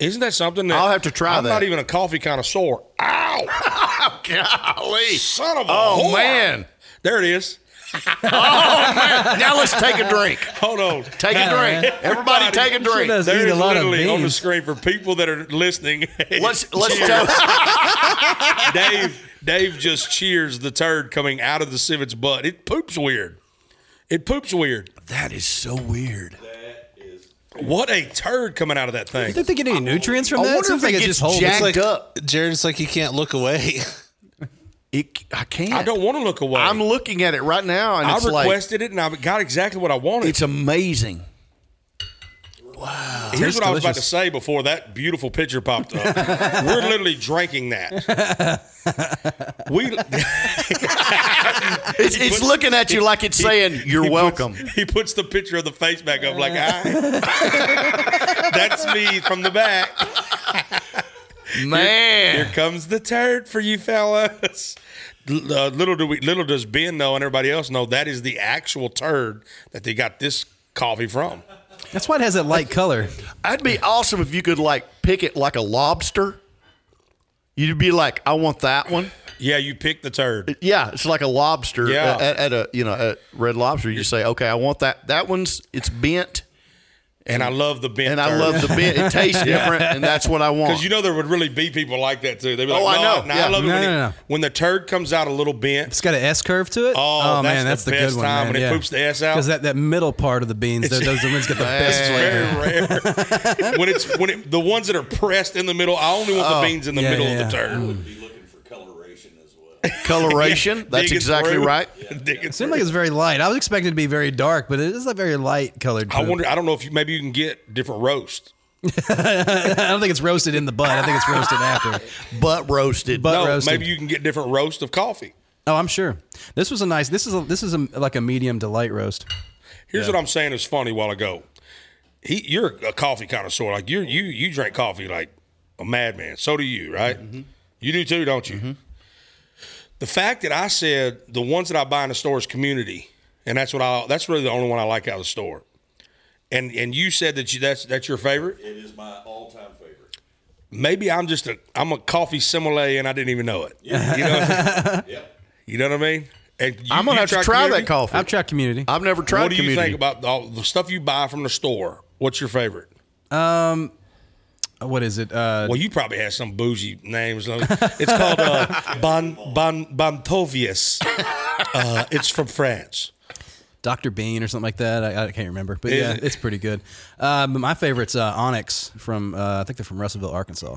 [SPEAKER 1] Isn't that something that
[SPEAKER 6] I'll have to try
[SPEAKER 1] I'm not
[SPEAKER 6] that.
[SPEAKER 1] even a coffee connoisseur. Ow!
[SPEAKER 6] (laughs) Golly.
[SPEAKER 1] Son of a
[SPEAKER 6] Oh
[SPEAKER 1] whore.
[SPEAKER 6] man.
[SPEAKER 1] There it is.
[SPEAKER 6] Now let's take a drink.
[SPEAKER 1] Hold on.
[SPEAKER 6] Take a drink. Everybody take a
[SPEAKER 3] Sure
[SPEAKER 6] drink.
[SPEAKER 3] does
[SPEAKER 1] There
[SPEAKER 3] eat
[SPEAKER 1] is
[SPEAKER 3] a lot of
[SPEAKER 1] literally on the
[SPEAKER 3] beans.
[SPEAKER 1] screen for people that are listening.
[SPEAKER 6] Let's let's toast.
[SPEAKER 1] Dave Dave just cheers the turd coming out of the civet's butt. It poops weird. It poops weird.
[SPEAKER 6] That is so weird.
[SPEAKER 1] What a turd coming out of that thing.
[SPEAKER 3] You think they get any nutrients from
[SPEAKER 6] I
[SPEAKER 3] that?
[SPEAKER 6] wonder
[SPEAKER 3] Seems
[SPEAKER 6] if
[SPEAKER 3] like
[SPEAKER 6] it
[SPEAKER 3] it's
[SPEAKER 6] gets
[SPEAKER 3] just whole.
[SPEAKER 6] jacked
[SPEAKER 3] It's like,
[SPEAKER 6] up.
[SPEAKER 8] Jared's like he can't look (laughs) away.
[SPEAKER 6] It, I can't.
[SPEAKER 1] I don't want to look away.
[SPEAKER 6] I'm looking at it right now, and
[SPEAKER 1] I
[SPEAKER 6] it's like
[SPEAKER 1] requested it and I got exactly what I wanted.
[SPEAKER 6] it's amazing.
[SPEAKER 1] Here's what I was about to
[SPEAKER 3] delicious.
[SPEAKER 1] say before that beautiful picture popped up. We're literally drinking that. We
[SPEAKER 6] It's, it's looking at you like it's saying you're welcome.
[SPEAKER 1] (laughs) he puts the picture of the face back up like I
[SPEAKER 6] (laughs)
[SPEAKER 1] That's me from the
[SPEAKER 3] (laughs)
[SPEAKER 1] back. Here
[SPEAKER 6] Man,
[SPEAKER 1] comes the turd for you fellas. L- uh, little do we little does Ben know and everybody else know that is the actual turd that they got this coffee from.
[SPEAKER 3] that's why it has that
[SPEAKER 1] (laughs)
[SPEAKER 3] light color.
[SPEAKER 6] that'd be awesome if you could like pick it like a lobster. You'd be like, I want that one.
[SPEAKER 1] Yeah, you picked the turd.
[SPEAKER 6] Yeah, it's like a lobster
[SPEAKER 1] Yeah.
[SPEAKER 6] at, at a you know at Red Lobster. You just say, okay, I want that. That one's it's bent,
[SPEAKER 1] And I love the bent
[SPEAKER 6] and I
[SPEAKER 1] (laughs)
[SPEAKER 6] love the bent. It tastes different, and that's what I want.
[SPEAKER 1] Because you know there would really be people like that too. They'd be like,
[SPEAKER 6] Oh, I
[SPEAKER 1] "No,
[SPEAKER 6] know.
[SPEAKER 1] no,
[SPEAKER 6] Yeah.
[SPEAKER 1] I love it
[SPEAKER 3] No,
[SPEAKER 1] when,
[SPEAKER 3] no,
[SPEAKER 1] it-
[SPEAKER 3] no.
[SPEAKER 1] when the turd comes out a little bent.
[SPEAKER 3] It's got an S curve to it.
[SPEAKER 1] Oh, that's
[SPEAKER 3] man,
[SPEAKER 1] the
[SPEAKER 3] that's the,
[SPEAKER 1] best
[SPEAKER 3] good one.
[SPEAKER 1] time
[SPEAKER 3] man.
[SPEAKER 1] when it
[SPEAKER 3] yeah.
[SPEAKER 1] poops the S out.
[SPEAKER 3] Because that, that middle part of the beans, those, those
[SPEAKER 1] (laughs)
[SPEAKER 3] ones get the best flavor.
[SPEAKER 1] Very rare. (laughs) when it's when it, the ones that are pressed in the middle, I only want the beans in the
[SPEAKER 3] yeah,
[SPEAKER 1] middle
[SPEAKER 3] yeah,
[SPEAKER 1] of the
[SPEAKER 3] yeah.
[SPEAKER 1] turd.
[SPEAKER 2] be looking for coloration as well.
[SPEAKER 1] (laughs)
[SPEAKER 6] Coloration. that's
[SPEAKER 1] Dig it
[SPEAKER 6] exactly
[SPEAKER 1] through.
[SPEAKER 6] right.
[SPEAKER 1] (laughs) Dig it
[SPEAKER 3] It seemed like it's very light. I was expecting it to be very dark, but it is a very light colored.
[SPEAKER 1] I
[SPEAKER 3] poop.
[SPEAKER 1] wonder. I don't know if you maybe you can get different roast.
[SPEAKER 3] I don't think it's roasted in the butt. I think it's
[SPEAKER 1] (laughs)
[SPEAKER 3] roasted after.
[SPEAKER 6] Butt roasted.
[SPEAKER 3] Butt
[SPEAKER 1] No,
[SPEAKER 3] roasted.
[SPEAKER 1] maybe you can get different roast of coffee.
[SPEAKER 3] Oh, I'm sure. This was a nice. This is a, this is a, like a medium to light roast.
[SPEAKER 1] Here's what I'm saying is funny. While ago, he you're a coffee connoisseur. Like you you you drink coffee like a madman. So do you, right? You do too, don't you? The fact that I said the ones that I buy in the store is community, and that's what I that's really the only one I like out of the store. And and you said that you that's that's your favorite.
[SPEAKER 2] It is my all-time favorite.
[SPEAKER 1] Maybe I'm just a I'm a coffee sommelier and I didn't even know it. You, know what I mean?
[SPEAKER 2] Yep.
[SPEAKER 1] You know what I mean? And you,
[SPEAKER 6] I'm gonna
[SPEAKER 1] you
[SPEAKER 6] have to
[SPEAKER 1] try
[SPEAKER 6] try
[SPEAKER 1] community?
[SPEAKER 6] that coffee.
[SPEAKER 3] I've tried community.
[SPEAKER 6] I've never tried
[SPEAKER 1] What do you
[SPEAKER 6] community.
[SPEAKER 1] think about all the stuff you buy from the store? What's your favorite?
[SPEAKER 3] what is it? Uh,
[SPEAKER 1] Well, you probably have some bougie names. It's called
[SPEAKER 3] (laughs)
[SPEAKER 1] uh, Bon Bon Bontovius. Uh, it's from France.
[SPEAKER 3] Dr. Bean or something like that. I, I can't remember, but yeah,
[SPEAKER 1] it?
[SPEAKER 3] it's pretty good. Uh, but my favorite's uh, Onyx from uh, I think they're from Russellville, Arkansas.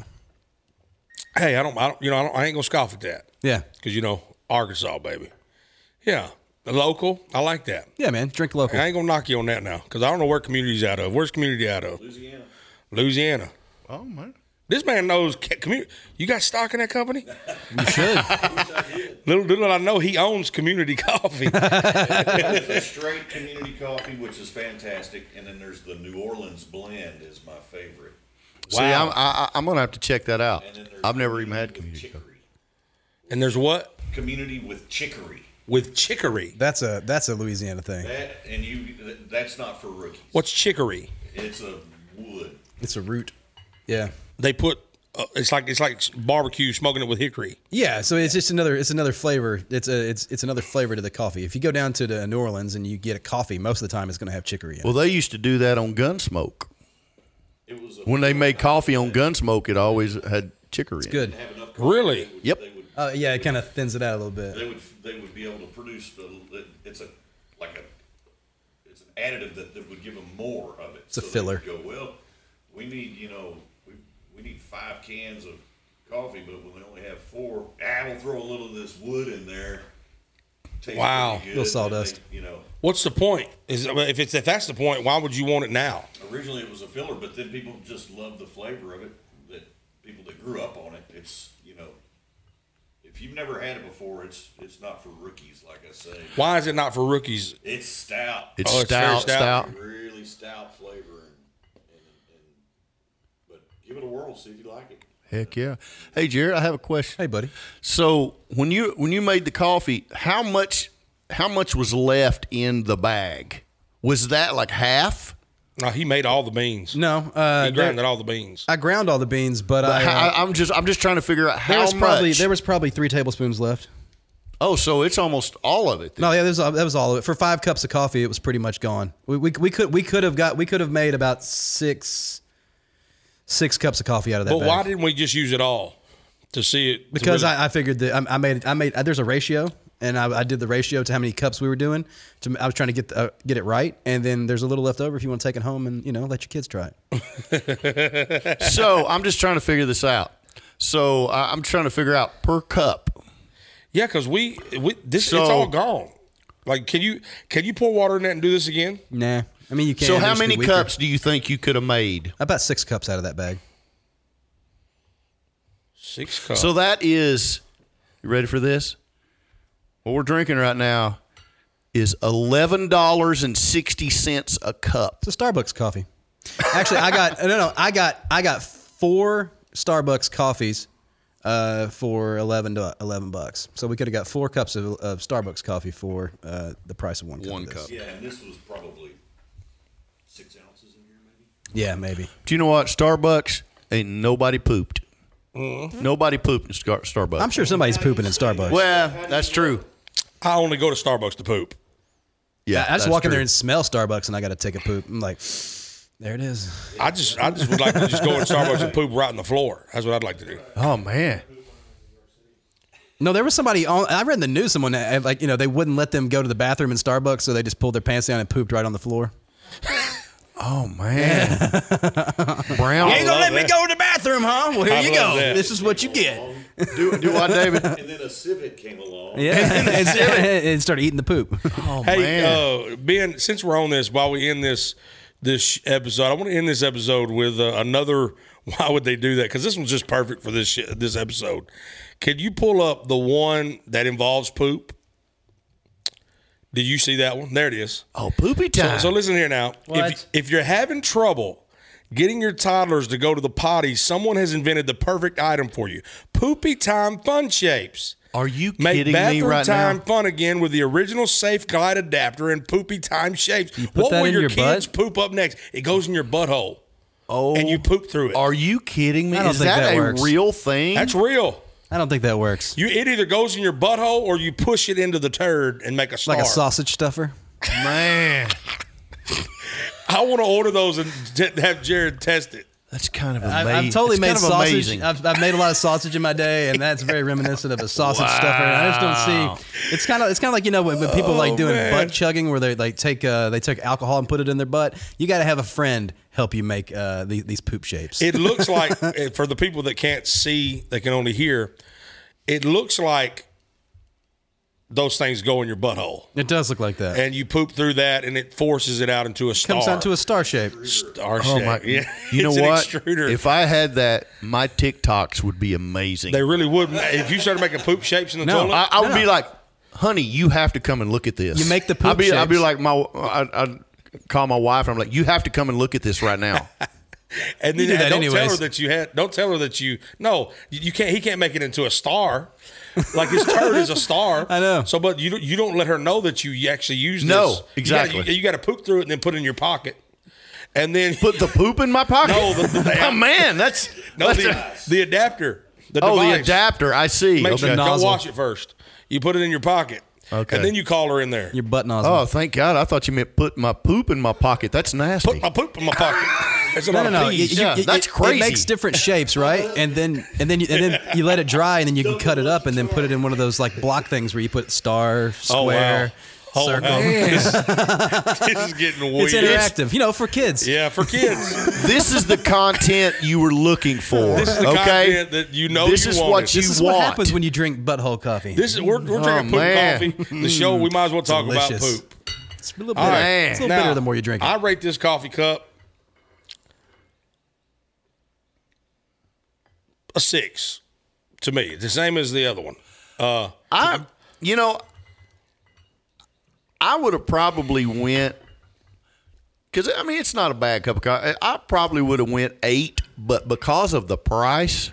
[SPEAKER 1] Hey, I don't, I don't, you know, I, don't, I ain't gonna scoff at that
[SPEAKER 3] Yeah,
[SPEAKER 1] because you know Arkansas, baby. Yeah, local. I like that.
[SPEAKER 3] yeah, man. Drink local.
[SPEAKER 1] I ain't gonna knock you on that now because I don't know where community's out of. Where's community out of? Louisiana. Louisiana.
[SPEAKER 6] Oh man.
[SPEAKER 1] This man knows ca- community. You got stock in that company?
[SPEAKER 3] You should.
[SPEAKER 1] Little did I know he owns community (laughs) coffee.
[SPEAKER 2] There's a straight community coffee, which is fantastic, and then there's the New Orleans blend is my favorite.
[SPEAKER 6] See, I'm, I, I- I'm gonna have to check that out.
[SPEAKER 2] And then there's
[SPEAKER 6] I've never even had
[SPEAKER 2] with
[SPEAKER 6] community.
[SPEAKER 2] Chicory.
[SPEAKER 1] and there's what
[SPEAKER 2] Community with chicory.
[SPEAKER 1] with chicory.
[SPEAKER 3] that's a that's a Louisiana thing.
[SPEAKER 2] That and you. That's not for rookies.
[SPEAKER 1] What's chicory?
[SPEAKER 2] It's a wood.
[SPEAKER 3] It's a root. Yeah.
[SPEAKER 1] They put uh, it's like it's like barbecue smoking it with hickory.
[SPEAKER 3] Yeah, so it's just another it's another flavor. It's a it's it's another flavor to the coffee. If you go down to the New Orleans and you get a coffee, most of the time it's going to have chicory. In it.
[SPEAKER 6] Well, they used to do that on Gunsmoke.
[SPEAKER 2] It was a
[SPEAKER 6] When they made coffee on Gunsmoke, it always had chicory. in it.
[SPEAKER 3] good.
[SPEAKER 2] have enough.
[SPEAKER 1] Really?
[SPEAKER 2] coffee,
[SPEAKER 6] Yep.
[SPEAKER 2] They would.
[SPEAKER 3] Uh, yeah, it kind of thins it out a little bit.
[SPEAKER 2] They would. They would be able to produce. A, it's a like a. It's an additive that, that would give them more of it.
[SPEAKER 3] It's a
[SPEAKER 2] they
[SPEAKER 3] filler.
[SPEAKER 2] could Go well. We need you know we, we need five cans of coffee, but when they only have four, ah, we'll throw a little of this wood in there. Tastes
[SPEAKER 1] Wow.
[SPEAKER 2] pretty good,
[SPEAKER 3] Little
[SPEAKER 2] and
[SPEAKER 3] sawdust.
[SPEAKER 2] They, you know,
[SPEAKER 1] What's the point? Is uh, if it's if that's the point, why would you want it now?
[SPEAKER 2] originally it was a filler, but then people just loved the flavor of it. That people that grew up on it, it's you know, if you've never had it before, it's it's not for rookies, like I say.
[SPEAKER 1] Why is it not for rookies?
[SPEAKER 2] It's stout.
[SPEAKER 6] It's
[SPEAKER 1] Oh, it's very
[SPEAKER 6] stout,
[SPEAKER 1] stout.
[SPEAKER 6] stout.
[SPEAKER 2] really stout flavor, and, and, and but give it a whirl, see if you like it.
[SPEAKER 6] Heck yeah. Hey Jared, I have a question.
[SPEAKER 3] Hey, buddy.
[SPEAKER 6] So when you when you made the coffee, how much how much was left in the bag? Was that like half?
[SPEAKER 1] No, he made all the beans.
[SPEAKER 3] No, uh,
[SPEAKER 1] he
[SPEAKER 3] there-
[SPEAKER 1] grounded all the beans.
[SPEAKER 3] I ground all the beans, but, I, uh,
[SPEAKER 6] I, I'm just I'm just trying to figure out how
[SPEAKER 3] there was
[SPEAKER 6] much.
[SPEAKER 3] probably there was probably three tablespoons left.
[SPEAKER 6] oh, so it's almost all of it. Then.
[SPEAKER 3] No, yeah, there's, that was all of it. For five cups of coffee, it was pretty much gone. We, we, we could we could have got we could have made about six six cups of coffee out of that.
[SPEAKER 1] But
[SPEAKER 3] bag.
[SPEAKER 1] why didn't we just use it all to see it? to
[SPEAKER 3] Because
[SPEAKER 1] really-
[SPEAKER 3] I, I figured that I, I made I made there's a ratio, and I, I did the ratio to how many cups we were doing. To, I was trying to get the, uh, get it right, and then there's a little left over if you want to take it home and you know let your kids try it.
[SPEAKER 6] so I'm just trying to figure this out. So I, I'm trying to figure out per cup.
[SPEAKER 1] yeah, because we, we this
[SPEAKER 6] So-
[SPEAKER 1] it's all gone. Like, can you can you pour water in that and do this again?
[SPEAKER 3] Nah, I mean you can't.
[SPEAKER 6] So how many cups do you think you could have made?
[SPEAKER 3] About six cups out of that bag.
[SPEAKER 1] Six cups.
[SPEAKER 6] So that is you ready for this? What we're drinking right now is eleven dollars and sixty cents a cup.
[SPEAKER 3] It's a Starbucks coffee. Actually, I got no no I got I got four Starbucks coffees uh, for 11 to 11 bucks. So we could have got four cups of, of Starbucks coffee for uh, the price of one cup.
[SPEAKER 6] One
[SPEAKER 3] of this.
[SPEAKER 6] cup.
[SPEAKER 2] Yeah, and this was probably six ounces in here, maybe.
[SPEAKER 3] Yeah, maybe.
[SPEAKER 6] Do you know what? Starbucks ain't nobody pooped. Nobody pooped in Star- Starbucks.
[SPEAKER 3] I'm sure somebody's pooping in Starbucks.
[SPEAKER 6] Well, that's true.
[SPEAKER 1] I only go to Starbucks to poop.
[SPEAKER 3] I
[SPEAKER 6] Yeah,
[SPEAKER 3] just
[SPEAKER 6] that's
[SPEAKER 3] walk in
[SPEAKER 6] true.
[SPEAKER 3] there and smell Starbucks, and I got to take a poop. I'm like, there it is.
[SPEAKER 1] I just I just would like to just go in Starbucks and poop right on the floor. That's what I'd like to do.
[SPEAKER 6] oh man,
[SPEAKER 3] No, there was somebody on. I read in the news someone that, eh, like you know they wouldn't let them go to the bathroom in Starbucks, so they just pulled their pants down and pooped right on the floor.
[SPEAKER 6] oh man,
[SPEAKER 3] (laughs)
[SPEAKER 6] brown.
[SPEAKER 3] let me go to the bathroom, huh? Well, here
[SPEAKER 1] I love that.
[SPEAKER 3] is what you get.
[SPEAKER 6] do, do
[SPEAKER 3] (laughs)
[SPEAKER 6] what, David?
[SPEAKER 2] And then a civet came along.
[SPEAKER 3] Yeah, and, and started eating the poop.
[SPEAKER 6] Oh
[SPEAKER 1] Hey,
[SPEAKER 6] man,
[SPEAKER 1] uh, Ben, since we're on this, while we end this, this episode. I want to end this episode with uh, another. (laughs) Why would they do that? Because this one's just perfect for this sh- this episode. Can you pull up the one that involves poop? Did you see that one? There it is.
[SPEAKER 6] Oh, poopy
[SPEAKER 1] So,
[SPEAKER 6] time.
[SPEAKER 1] so listen here now. If,
[SPEAKER 3] What?
[SPEAKER 1] if you're having trouble getting your toddlers to go to the potty, someone has invented the perfect item for you: poopy time fun shapes.
[SPEAKER 6] Are you
[SPEAKER 1] Make
[SPEAKER 6] kidding me
[SPEAKER 1] bathroom
[SPEAKER 6] right
[SPEAKER 1] time
[SPEAKER 6] now?
[SPEAKER 1] fun again with the original Safe Glide adapter and poopy time shapes.
[SPEAKER 3] put
[SPEAKER 1] What
[SPEAKER 3] that
[SPEAKER 1] will
[SPEAKER 3] in
[SPEAKER 1] your,
[SPEAKER 3] your
[SPEAKER 1] kids
[SPEAKER 3] butt?
[SPEAKER 1] poop up next? It goes in your butthole.
[SPEAKER 6] Oh,
[SPEAKER 1] and you poop through it.
[SPEAKER 6] Are you kidding me?
[SPEAKER 3] I don't
[SPEAKER 6] Is
[SPEAKER 3] think
[SPEAKER 6] that,
[SPEAKER 3] that
[SPEAKER 6] a
[SPEAKER 3] works.
[SPEAKER 6] real thing?
[SPEAKER 1] That's real.
[SPEAKER 3] I don't think that works.
[SPEAKER 1] You it either goes in your butthole or you push it into the turd and make a star.
[SPEAKER 3] Like a sausage stuffer.
[SPEAKER 6] man.
[SPEAKER 1] I want to order those and t- have Jared test it.
[SPEAKER 6] That's kind of
[SPEAKER 3] I've,
[SPEAKER 6] amazing.
[SPEAKER 3] I've totally
[SPEAKER 6] it's
[SPEAKER 3] made
[SPEAKER 6] kind of
[SPEAKER 3] sausage.
[SPEAKER 6] amazing.
[SPEAKER 3] I've, I've made a lot of sausage in my day, and that's very reminiscent of a (laughs) sausage stuffer. And I just don't see. It's kind of it's kind of like you know when, when people like doing butt chugging, where they like take uh, they take alcohol and put it in their butt. You got to have a friend help you make uh, the, these poop shapes.
[SPEAKER 1] It looks like (laughs) eh, for the people that can't see, they can only hear. It looks like those things go in your butthole,
[SPEAKER 3] It does look like that.
[SPEAKER 1] and you poop through that, and it forces it out into a star.
[SPEAKER 3] comes out to a star shape.
[SPEAKER 1] star
[SPEAKER 6] Oh
[SPEAKER 1] shape.
[SPEAKER 6] my!
[SPEAKER 1] (laughs) Yeah,
[SPEAKER 6] You know
[SPEAKER 1] It's an
[SPEAKER 6] what?
[SPEAKER 1] extruder.
[SPEAKER 6] If I had that, my TikToks would be amazing.
[SPEAKER 1] They really would. If you started making poop shapes in the toilet,
[SPEAKER 6] I, I would
[SPEAKER 3] No.
[SPEAKER 6] be like, honey, you have to come and look at this.
[SPEAKER 3] You make the poop
[SPEAKER 6] I'd be, I'd be
[SPEAKER 3] shapes.
[SPEAKER 6] like my, I'd, I'd call my wife. and I'm like, you have to come and look at this right
[SPEAKER 1] (laughs)
[SPEAKER 6] now.
[SPEAKER 1] and then
[SPEAKER 3] You do that
[SPEAKER 1] don't tell her
[SPEAKER 3] anyways.
[SPEAKER 1] that you had. Don't tell her that you. No, you you can't. He can't make it into a star. Like his turd is a star.
[SPEAKER 3] (laughs) I know.
[SPEAKER 1] So, but you don't- you don't let her know that you actually use.
[SPEAKER 6] No,
[SPEAKER 1] this. You gotta,
[SPEAKER 6] exactly.
[SPEAKER 1] you, got to poop through it and then put it in your pocket, and then
[SPEAKER 6] Put the poop in my pocket.
[SPEAKER 1] No, the- the-
[SPEAKER 6] oh man, that's
[SPEAKER 1] (laughs) no
[SPEAKER 6] that's
[SPEAKER 1] the,
[SPEAKER 6] (laughs) a-
[SPEAKER 1] the adapter. The
[SPEAKER 6] oh the
[SPEAKER 1] device.
[SPEAKER 6] adapter. I see.
[SPEAKER 1] Make
[SPEAKER 6] Okay.
[SPEAKER 1] sure don't
[SPEAKER 3] nozzle.
[SPEAKER 1] wash it first. You put it in your pocket.
[SPEAKER 6] Okay.
[SPEAKER 1] And then you call her in there.
[SPEAKER 3] Your butt nozzle.
[SPEAKER 6] Oh, thank God! I thought you meant put my poop in my pocket. That's nasty.
[SPEAKER 1] Put my poop in my pocket. That's a
[SPEAKER 3] No,
[SPEAKER 1] lot
[SPEAKER 3] no,
[SPEAKER 1] of
[SPEAKER 3] no.
[SPEAKER 1] peas.
[SPEAKER 3] You- you-
[SPEAKER 6] Yeah,
[SPEAKER 3] you-
[SPEAKER 6] that's
[SPEAKER 3] it-
[SPEAKER 6] crazy.
[SPEAKER 3] It makes different shapes, right? And then and then you, and then you let it dry, and then you can cut it up, and then put it in one of those like block things where you put star,
[SPEAKER 1] Oh, wow.
[SPEAKER 3] square,
[SPEAKER 1] Oh,
[SPEAKER 3] circle. (laughs)
[SPEAKER 1] wow. (laughs) This, this is getting weird.
[SPEAKER 3] It's interactive, you know, for kids.
[SPEAKER 1] Yeah, for
[SPEAKER 3] (laughs)
[SPEAKER 1] kids.
[SPEAKER 6] this is the content you were looking for.
[SPEAKER 1] This is the
[SPEAKER 6] okay?
[SPEAKER 1] content that you know
[SPEAKER 6] This
[SPEAKER 1] Oh, you
[SPEAKER 6] is
[SPEAKER 1] wanted.
[SPEAKER 6] what you
[SPEAKER 3] This is
[SPEAKER 6] want.
[SPEAKER 3] what happens when you drink butthole coffee.
[SPEAKER 1] This is we're, we're drinking
[SPEAKER 6] Oh,
[SPEAKER 1] poop
[SPEAKER 6] man.
[SPEAKER 1] coffee. The show we might as well talk
[SPEAKER 3] Delicious.
[SPEAKER 1] about poop.
[SPEAKER 3] it's a little
[SPEAKER 1] All
[SPEAKER 3] bitter.
[SPEAKER 1] right,
[SPEAKER 3] It's a little bitter the more you drink it.
[SPEAKER 1] I rate this coffee cup a six to me. The same as the other one. Uh,
[SPEAKER 6] I, you know, I would have probably went because I mean it's not a bad cup of coffee. I probably would have went eight, but because of the price,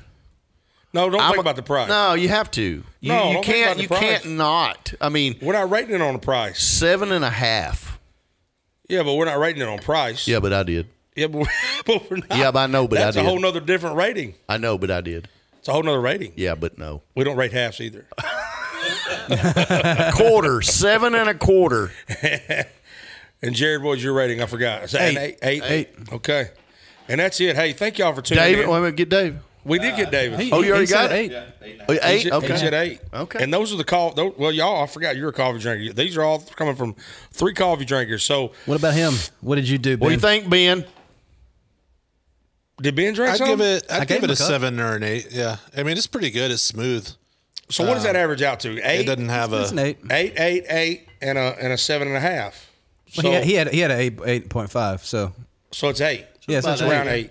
[SPEAKER 1] no, don't
[SPEAKER 6] I'm
[SPEAKER 1] think
[SPEAKER 6] a-
[SPEAKER 1] about the price.
[SPEAKER 6] No, you have to. You,
[SPEAKER 1] No,
[SPEAKER 6] you
[SPEAKER 1] don't think about
[SPEAKER 6] can't.
[SPEAKER 1] the
[SPEAKER 6] You
[SPEAKER 1] price.
[SPEAKER 6] can't not. I mean,
[SPEAKER 1] We're not rating it on the price.
[SPEAKER 6] seven and a half.
[SPEAKER 1] Yeah, but we're not rating it on price.
[SPEAKER 6] Yeah, but I did.
[SPEAKER 1] Yeah, but we're, (laughs) but we're not.
[SPEAKER 6] Yeah, but I know, but I
[SPEAKER 1] Ah, that's a
[SPEAKER 6] did.
[SPEAKER 1] whole nother different rating.
[SPEAKER 6] I know, but I did.
[SPEAKER 1] It's a whole nother rating.
[SPEAKER 6] Yeah, but no.
[SPEAKER 1] We don't rate halves either.
[SPEAKER 6] A
[SPEAKER 1] (laughs)
[SPEAKER 6] quarter, seven and a quarter.
[SPEAKER 1] And Jared, what was your rating? I forgot. Is that an
[SPEAKER 6] Eight.
[SPEAKER 1] eight? Eight. Okay. And that's it. Hey, thank y'all for tuning
[SPEAKER 6] David,
[SPEAKER 1] in.
[SPEAKER 6] wait a minute, get Dave.
[SPEAKER 1] we did get David.
[SPEAKER 3] He-
[SPEAKER 6] Oh, you
[SPEAKER 3] he
[SPEAKER 6] already
[SPEAKER 3] said
[SPEAKER 6] got it?
[SPEAKER 3] eight.
[SPEAKER 6] Oh,
[SPEAKER 1] He
[SPEAKER 6] Eight.
[SPEAKER 1] said- He
[SPEAKER 6] Okay.
[SPEAKER 1] said eight.
[SPEAKER 6] Okay.
[SPEAKER 1] And those are the call. Those, well, y'all, I forgot you're a coffee drinker. These are all coming from three coffee drinkers. So
[SPEAKER 3] What about him? What did you do?
[SPEAKER 6] What do you
[SPEAKER 3] Ben?
[SPEAKER 6] think, Ben?
[SPEAKER 1] did Ben drink
[SPEAKER 8] I'd
[SPEAKER 1] some?
[SPEAKER 8] give it. I'd
[SPEAKER 3] I gave him
[SPEAKER 8] give it a,
[SPEAKER 3] a cup.
[SPEAKER 8] seven or an eight. Yeah, I mean it's pretty good. It's smooth.
[SPEAKER 1] so what does that average out to? Eight.
[SPEAKER 8] It doesn't have
[SPEAKER 3] It's an
[SPEAKER 8] a.
[SPEAKER 3] eight.
[SPEAKER 1] Eight, eight, eight, and a and a seven and a half. So
[SPEAKER 3] Well, he, had, he had he had an eight eight point five. So
[SPEAKER 1] so it's eight.
[SPEAKER 3] Yeah, so
[SPEAKER 1] it's
[SPEAKER 3] it's
[SPEAKER 1] around eight.
[SPEAKER 3] eight.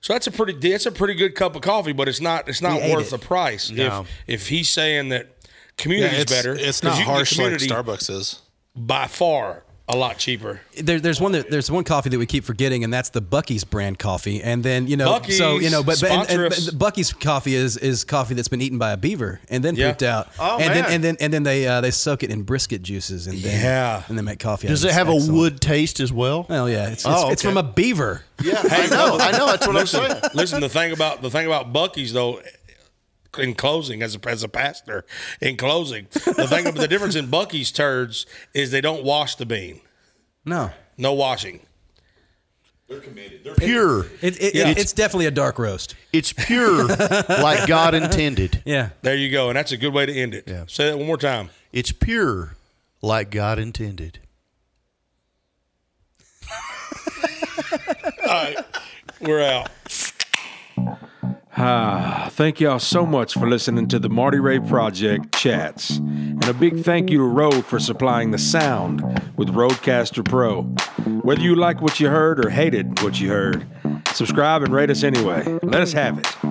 [SPEAKER 1] So that's a pretty that's a pretty good cup of coffee, but it's not it's not
[SPEAKER 3] He ate
[SPEAKER 1] worth
[SPEAKER 3] it.
[SPEAKER 1] the price.
[SPEAKER 6] No.
[SPEAKER 1] If if he's saying that
[SPEAKER 8] Yeah,
[SPEAKER 1] community is
[SPEAKER 8] it's
[SPEAKER 1] better,
[SPEAKER 8] It's
[SPEAKER 1] 'cause
[SPEAKER 8] not
[SPEAKER 1] you can get
[SPEAKER 8] harsh like
[SPEAKER 1] community
[SPEAKER 8] Starbucks is.
[SPEAKER 1] by far a lot cheaper.
[SPEAKER 3] there, there's one that, there's one coffee that we keep forgetting, and that's the Bucky's brand coffee. And then you know, so
[SPEAKER 1] Buc-ee's,
[SPEAKER 3] you know, but, but, and,
[SPEAKER 1] sponsor
[SPEAKER 3] and,
[SPEAKER 1] us.
[SPEAKER 3] but Bucky's coffee is is coffee that's been eaten by a beaver and then
[SPEAKER 1] Yeah.
[SPEAKER 3] pooped out.
[SPEAKER 6] Oh,
[SPEAKER 3] and
[SPEAKER 6] man.
[SPEAKER 3] then and then and then they uh, they soak it in brisket juices and then,
[SPEAKER 1] Yeah.
[SPEAKER 3] and they make coffee.
[SPEAKER 6] Does
[SPEAKER 3] out of
[SPEAKER 6] it have
[SPEAKER 3] It's
[SPEAKER 6] a
[SPEAKER 3] excellent.
[SPEAKER 6] wood taste as well?
[SPEAKER 3] Well, yeah, it's, it's,
[SPEAKER 6] Oh,
[SPEAKER 3] it's
[SPEAKER 6] okay.
[SPEAKER 3] from a beaver.
[SPEAKER 6] Yeah, I know. I know. That's what I'm saying.
[SPEAKER 1] Listen, the thing about the thing about Bucky's though, in closing, as a as a pastor, in closing, the thing the difference in Bucky's turds is they don't wash the bean.
[SPEAKER 3] No,
[SPEAKER 1] No washing.
[SPEAKER 2] They're committed. They're
[SPEAKER 6] Pure.
[SPEAKER 3] it, it,
[SPEAKER 1] Yeah.
[SPEAKER 3] it, it's definitely a dark roast.
[SPEAKER 6] It's (laughs) pure, like God intended.
[SPEAKER 3] Yeah,
[SPEAKER 1] There you go, and that's a good way to end it. Yeah. Say that one more time.
[SPEAKER 6] It's pure, like God intended.
[SPEAKER 1] We're out.
[SPEAKER 9] Ah, thank y'all so much for listening to the Marty Ray Project chats. And And a big thank you to Rode for supplying the sound with Rodecaster Pro. Whether you like what you heard or hated what you heard, subscribe and rate us anyway. Let us have it.